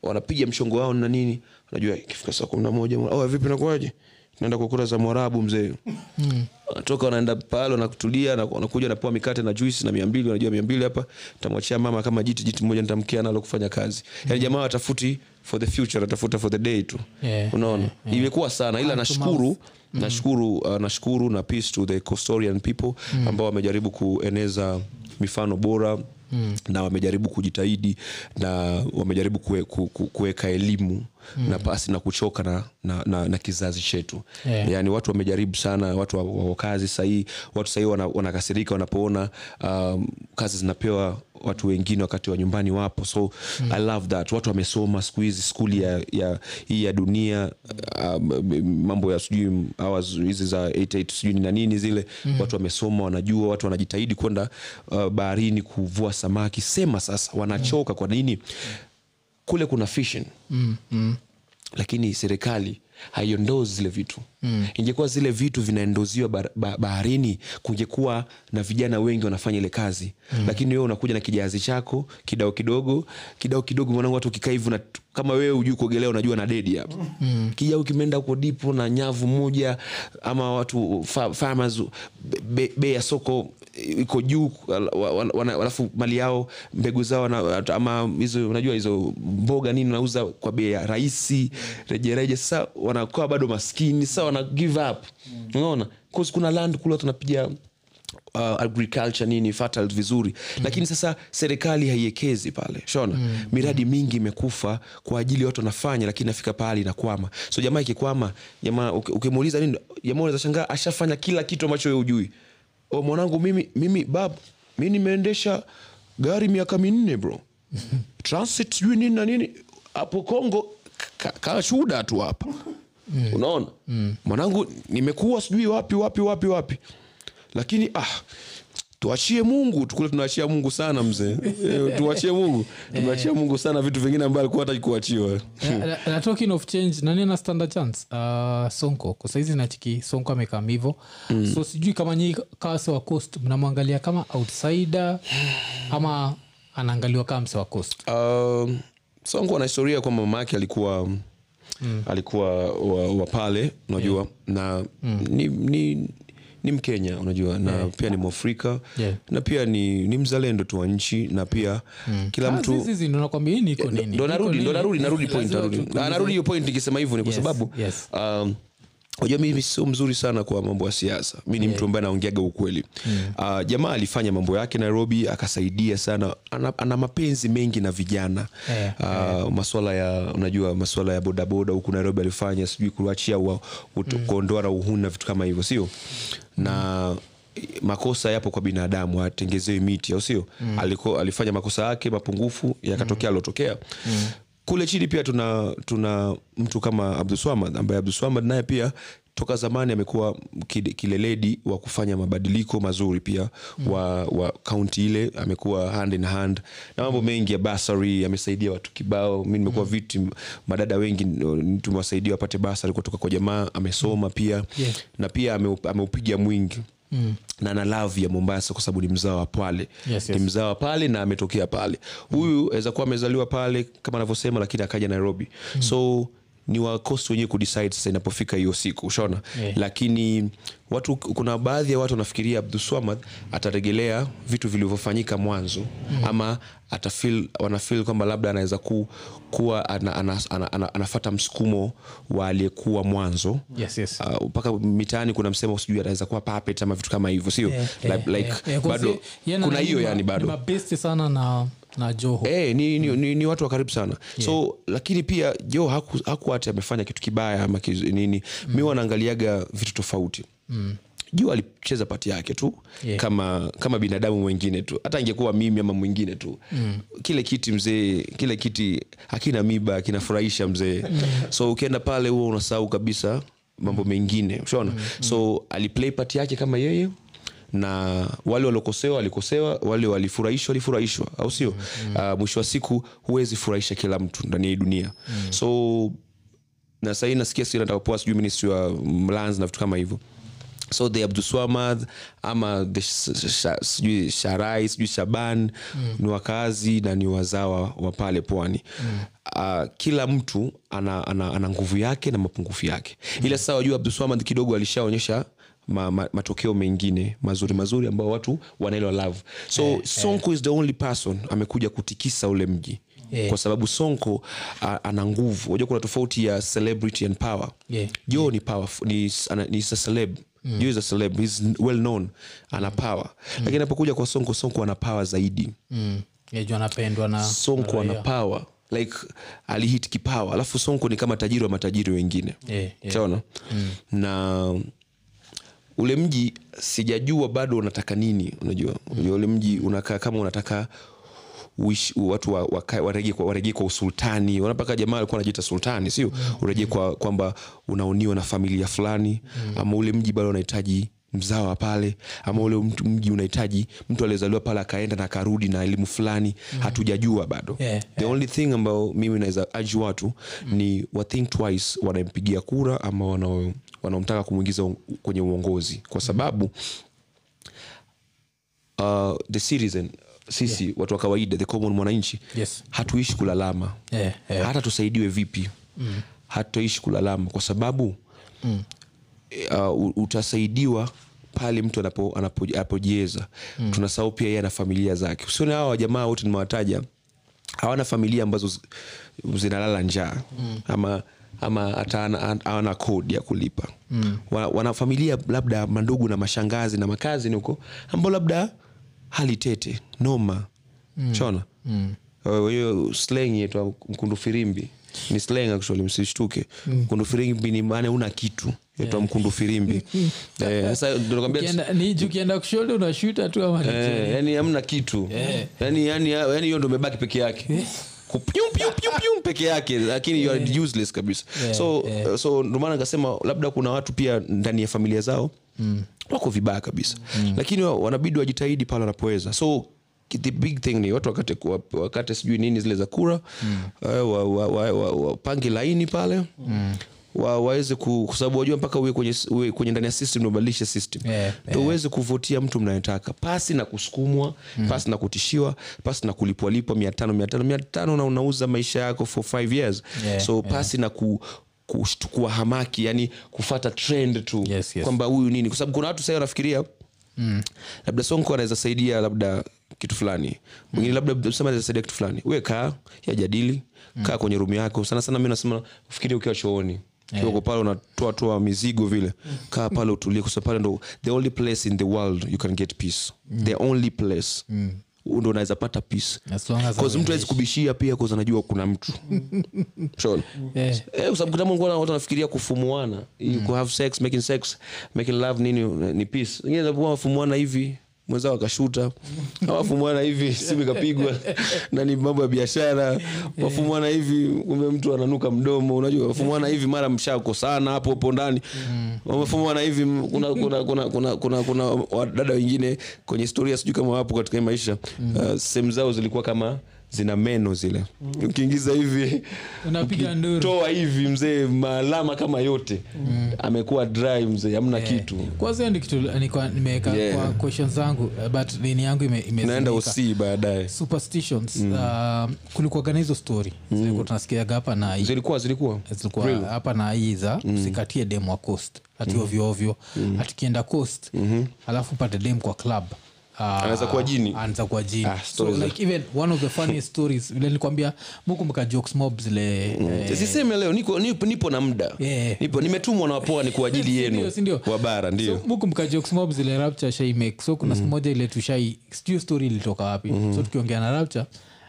B: wanapiga mchongo wao na nini unajua ikifika saa kumi na moja mwana- oe vipi nakuaje naenda kwa kura za mwarabu mzee
A: Hmm.
B: wanatoka wanaenda pale wanakutulia na- wanakuja wanapewa mikate na juisi na mia mbili wanajua mia mbili hapa tamwachia mama kama jiti jiti moja nitamkia nalo kufanya kazi
A: Hmm.
B: yaani jamaa watafuti for the future anatafuta for the day tu
A: Yeah,
B: unaona imekuwa sana ila nashukuru nashukuru uh, nashukuru na peace to the costorian people ambao wamejaribu kueneza mifano bora Mm. na wamejaribu kujitahidi na wamejaribu kue- ku- ku- kuweka elimu mm. na pasi na kuchoka na, na, na, na kizazi chetu
A: Yeah.
B: yaani watu wamejaribu sana watu wa- wa- wa kazi sahii watu sahii wana- wanakasirika wanapoona um, kazi zinapewa watu wengine wakati wa nyumbani wapo so mm. i love that watu wamesoma siku hizi skuli ya, ya hii ya dunia um, mambo ya sijui hours hizi za 88 sijui ni na nini zile mm. watu wamesoma wanajua watu wanajitahidi kwenda uh, baharini kuvua samaki sema sasa wanachoka kwa nini kule kuna fishing
A: Mm, mm.
B: lakini serikali haiondoi zile vitu mm. ingekuwa zile vitu vinaendoziwa bar- ba- baharini kungekuwa na vijana wengi wanafanya ile kazi mm. lakini wewe unakuja na kijahazi chako kidao kidogo kidao kidogo mwanangu hata ukikaa hivi una- kama wewe ujui kuogelea unajua na dedi hapo mm. kijau kimeenda huko dipo na nyavu moja ama watu fa- farmers be- be- bei ya soko iko juu ala- wa- wa- wana- alafu mali yao mbegu zao na, ama hizo unajua hizo mboga nini wanauza kwa bei ya rahisi rejereje sasa wanakuwa bado maskini sasa wana give up unaona Cause kuna land kule watu wanapiga uh, agriculture nini fertile vizuri lakini sasa serikali haiekezi pale shona miradi mingi imekufa kwa ajili ya watu wanafanya lakini nafika pahali inakwama so jamaa ikikwama jamaa uki- ukimuuliza nini jamaa unaweza shangaa ashafanya kila kitu ambacho we ujui o Oh, mwanangu mimi mimi bab mi nimeendesha gari miaka minne bro transit sijui nini na nini hapo kongo ka- kaa shuda tu hapa unaona mwanangu nimekuwa sijui wapi wapi wapi wapi lakini ah tuachie mungu tukule tunaachia mungu sana mzee Eh, tuachie mungu tunaachia mungu sana vitu vingine ambayo alikuwa hataki kuachiwa
A: Na- na- na Eh, talking of change nani ana standard chance uh, sonko kwa saizi nachiki sonko amekam hivo mm. so sijui kama nyii kawase wa coast mnamwangalia kama outsider ama anaangaliwa kama mse wa coast
B: Um, songo ana historia kwamba mama yake alikuwa mm. alikuwa wa, wa pale unajua yeah. na mm. ni, ni, ni mkenya unajua na yeah. pia ni mwafrika
A: Yeah.
B: na pia ni, ni mzalendo tu wa nchi na pia mm.
A: Ah,
B: kila mtu
A: hizi ndo nakwambia hii niko nini
B: ndo narudi
A: Niko
B: ndo narudi
A: nini? Eh,
B: narudi point
A: Lazima
B: narudi
A: tukuulize.
B: Na- narudi hiyo point nikisema hivyo ni kwa
A: Yes,
B: sababu
A: yes.
B: um, unajua mimi sio mzuri sana kwa mambo ya siasa mi ni mtu ambaye anaongeaga ukweli uh, jamaa alifanya mambo yake nairobi akasaidia sana ana, ana mapenzi mengi na vijana
A: Yeah,
B: uh, maswala ya unajua maswala ya bodaboda huku nairobi alifanya sijui kuachia wa- ut- kuondoa na uhuni na vitu kama hivyo sio na makosa yapo kwa binadamu atengezewe miti au sio Aliko- alifanya makosa yake mapungufu yakatokea alotokea kule chini pia tuna tuna mtu kama abduswamad ambaye abduswamad naye pia toka zamani amekuwa kide- kileledi wa kufanya mabadiliko mazuri pia
A: Mm.
B: wa, wa kaunti ile amekuwa hand in hand na mambo mengi ya basari amesaidia watu kibao mi nimekuwa
A: Mm.
B: viti madada wengi n- tumewasaidia wapate basari kutoka kwa jamaa amesoma pia
A: Mm. Yeah.
B: na pia ameu- ameupiga mwingi Mm. na na love ya mombasa kwa sababu ni mzao wa pwale
A: Yes,
B: ni
A: yes.
B: mzawa pale na
A: Hmm.
B: ametokea pale huyu aweza kuwa amezaliwa pale kama anavyosema lakini akaja nairobi so ni wakosi wenyewe kudecide sasa inapofika hiyo siku ushaona
A: Yeah.
B: lakini watu kuna baadhi ya watu wanafikiria abduswamad ataregelea vitu vilivyofanyika mwanzo
A: Hmm.
B: mm. ama atafil wanafil kwamba labda anaweza ku, kuwa ana, ana, ana, ana, anafata msukumo wa aliyekuwa mwanzo
A: Yes, yes.
B: Ah, mpaka mitaani kuna msemo sijui anaweza kuwa puppet ama vitu kama hivyo sio
A: Eh,
B: Li-
A: eh,
B: like,
A: eh, eh, kwa
B: bado
A: si- yeye na
B: kuna
A: nani
B: hiyo
A: ma-
B: yani
A: ni
B: bado
A: mabeste sana na na joho
B: Eh, ni, ni, ni, ni watu wa karibu sana so lakini pia jo haku- hakuwa ati amefanya kitu kibaya ama kiz- nini mm. mi wanaangaliaga vitu tofauti mm juu alicheza pati yake tu
A: Yeah.
B: kama kama binadamu mwingine tu hata ingekuwa mimi ama mwingine tu mm. kile kiti mzee kile kiti hakina miba kinafurahisha mzee so ukienda pale huo unasahau kabisa mambo mengine ushaona so aliplay pati yake kama yeye na wale waliokosewa walikosewa wale walifurahishwa walifurahishwa au sio Ah, mwisho wa siku huwezi furahisha kila mtu ndani ya hii dunia so na sahii nasikia sijui nataka poa sijui ministry ya mlanz na vitu kama hivyo so the abduswamad ama the sh- sh- sha- sijui sharai sijui shaban ni wakazi na ni wazawa wa pale pwani Ah, kila mtu ana, ana, ana nguvu yake na mapungufu yake ila sasa wajua abduswamad kidogo alishaonyesha ma, ma, matokeo mengine mazuri mazuri ambao watu wanaelewa love so
A: Eh,
B: sonko is the only person amekuja kutikisa ule mji
A: Eh.
B: kwa sababu sonko a, ana nguvu unajua kuna tofauti ya celebrity and power
A: Yeah. Mm.
B: jo ni powerful ni, s- ana- ni s- a celeb jo is a celeb he's well known ana power lakini anapokuja kwa sonko sonko ana power zaidi
A: mm. yajua anapendwa na
B: sonko ana power like alihit kipawa alafu sonko ni kama tajiri wa matajiri wengine
A: Yeah, yeah. Mm.
B: Utaona? na ule mji sijajua bado unataka nini unajua Unajua ule mji unakaa kama unataka uishi- watu wa- waka- warejee kwa, warejee kwa usultani Unaona mpaka jamaa alikuwa anajiita sultani sio urejee kwa kwamba unaoniwa na familia fulani ama ule mji bado unahitaji mzawa pale ama ule mtu- mji unahitaji mtu aliyezaliwa pale akaenda na akarudi na elimu fulani hatujajua bado
A: Yeah,
B: the only thing ambayo mimi naweza aji watu ni wa think twice wanampigia kura ama wanao- wanaomtaka kumwingiza u- kwenye uongozi kwa sababu uh, the citizen sisi watu wa kawaida the common mwananchi
A: Yes.
B: hatuishi kulalama
A: Yeah, yeah.
B: hata tusaidiwe vipi Eh, mm. hatuishi kulalama kwa sababu mm. uh, u- utasaidiwa pale mtu anapo- anapo- anapojiweza mm. tunasahau pia yeye ana familia zake usione hawa wajamaa wote nimewataja hawana familia ambazo zi- zinalala njaa mm. ama ama hata hana- hawana kodi ya kulipa mm. wana, wana familia labda mandugu na mashangazi na makazi ni huko ambao labda hali tete noma mm. shona mm. hiyo sleng yetu mkundufirimbi ni sleng actually msishtuke mm. mkundufirimbi ni maana una kitu yeah. mkundufirimbi Eh, sasa ndio nakwambia
A: Ukienda- ni juu ukienda kushoto unashuta tu ama ni-
B: Eh, yani hamna kitu yani yani yani hiyo ndo imebaki peke yake Kupyum, pyum, pyum, pyum peke yake lakini you are useless kabisa so uh, so ndo maana nikasema labda kuna watu pia ndani ya familia zao wako vibaya kabisa lakini wa- wanabidi wajitahidi pale wanapoweza so the big thing ni watu wakate, ku- wakate sijui nini zile za kura eh, wa- wa- wa- wa- wapange laini pale wa, waweze ku- kwa sababu wajua mpaka uwe kwenye, uwe kwenye ndani ya system ndo ubadilishe system
A: Yeah,
B: Ndo uweze kuvutia mtu mnayetaka pasi na kusukumwa
A: Hmm.
B: pasi na kutishiwa pasi na kulipwalipwa mia tano mia tano mia tano na unauza maisha yako for five years
A: Yeah,
B: so pasi na ku kushtukua hamaki yani kufata trend tu
A: Yes, yes.
B: kwamba huyu nini kwa sababu kuna watu sahii wanafikiria mm. labda sonko anaweza saidia labda kitu fulani mwingine labda sema anaweza saidia kitu fulani we kaa yajadili
A: Mm.
B: kaa kwenye rumu yako sana sana mi nasema ufikiria ukiwa chooni
A: Eh.
B: uko pale unatoa toa mizigo vile
A: Mm.
B: kaa pale utulie kwa sababu pale ndo the only place in the world you can get peace
A: Mm.
B: the only place ndo unaweza pata peace
A: As long as
B: Cause mtu awezi kubishia pia cause anajua kuna mtu Shauri.
A: Eh.
B: Eh, kwa sababu kitambo nilikuwa na- watu wanafikiria kufumuana You could have sex making sex making love nini eh, ni peace wengine wanakuwa wafumuana hivi mwenzao akashuta awafumuana hivi simu ikapigwa na ni mambo ya biashara wafumuana hivi kumbe mtu ananuka mdomo unajua wafumuana hivi mara mshakosana hapo hapo ndani wamefumuana hivi m- kuna kuna kuna kuna kuna, kuna wadada wengine kwenye historia sijui kama wapo katika hii maisha uh, sehemu zao zilikuwa kama zina meno zile ukiingiza hivi
A: Unapiga nduru.
B: toa hivi mzee maalama kama yote
A: Mm.
B: amekuwa dry mzee hamna
A: Eh.
B: kitu
A: kwanza hiyo ndi kitu nilikuwa nimeweka
B: Yeah.
A: kwa questions zangu eh, but nini yangu ime, ime
B: naenda usii baadaye
A: superstitions mm. uh, kulikuwaga na hizo story
B: Mm.
A: zilikuwa tunasikiaga hapa na hii
B: zilikuwa zilikuwa
A: zilikuwa hapa na hii za
B: Mm.
A: usikatie dem wa coast ati ovyoovyo ati ukienda coast alafu upate dem kwa club Uh,
B: Anaweza Mm-hmm. kuwa jini.
A: anaweza kuwa jini
B: Ah,
A: so
B: stories za-
A: like even one of the funniest stories vile nilikwambia mukumbuka jokes mob zile
B: Mm.
A: eh,
B: siseme leo niko, nipo, nipo na muda
A: Yeah.
B: nipo nimetumwa na wapoa kwa ajili
A: Sindio,
B: yenu
A: sindio?
B: wa bara ndio Mm.
A: So, mukumbuka jokes mob zile rapture shaimake so kuna siku moja ile tushai sijui story ilitoka wapi
B: Mm-hmm.
A: so tukiongea na rapture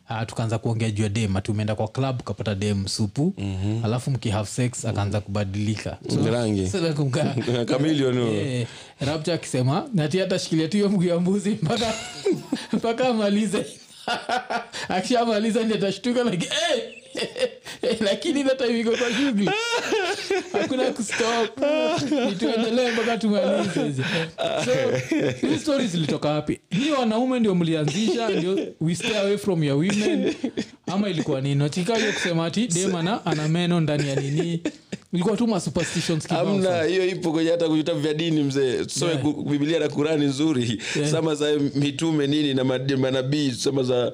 A: Uh, tukaanza kuongea juu ya dem ati umeenda kwa club ukapata dem supu mm-hmm. alafu mkihave sex akaanza kubadilika
B: Mm, rangi.
A: Sasa kumka-
B: Chameleon huyo.
A: Eh, rapture akisema nati atashikilia tu hiyo mguu ya mbuzi mpaka mpaka amalize akishamaliza ndi atashtuka like, "Eh!" lakini nataimiko kwa shughuli hakuna kustop Ni tuendelee mpaka tumalize so hizi story zilitoka wapi ni wanaume ndio mlianzisha ndio we stay away from your women ama ilikuwa nini nachika hiyo kusema ati demana ana meno ndani ya nini ilikuwa tu ma superstitions kibao
B: amna
A: sana.
B: hiyo ipo kwenye hata kwenye vitabu vya dini mzee tusome
A: Yeah.
B: ku- biblia na kurani nzuri sama za mitume nini na mad- manabii sama za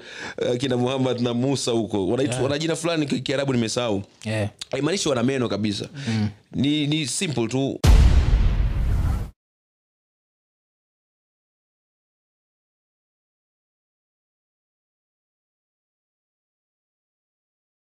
B: uh, kina muhammad na musa huko Wanaitwa- wana
A: Eh.
B: jina fulani ki- kiarabu nimesahau
A: Yeah.
B: haimaanishi wana meno kabisa ni, ni simple tu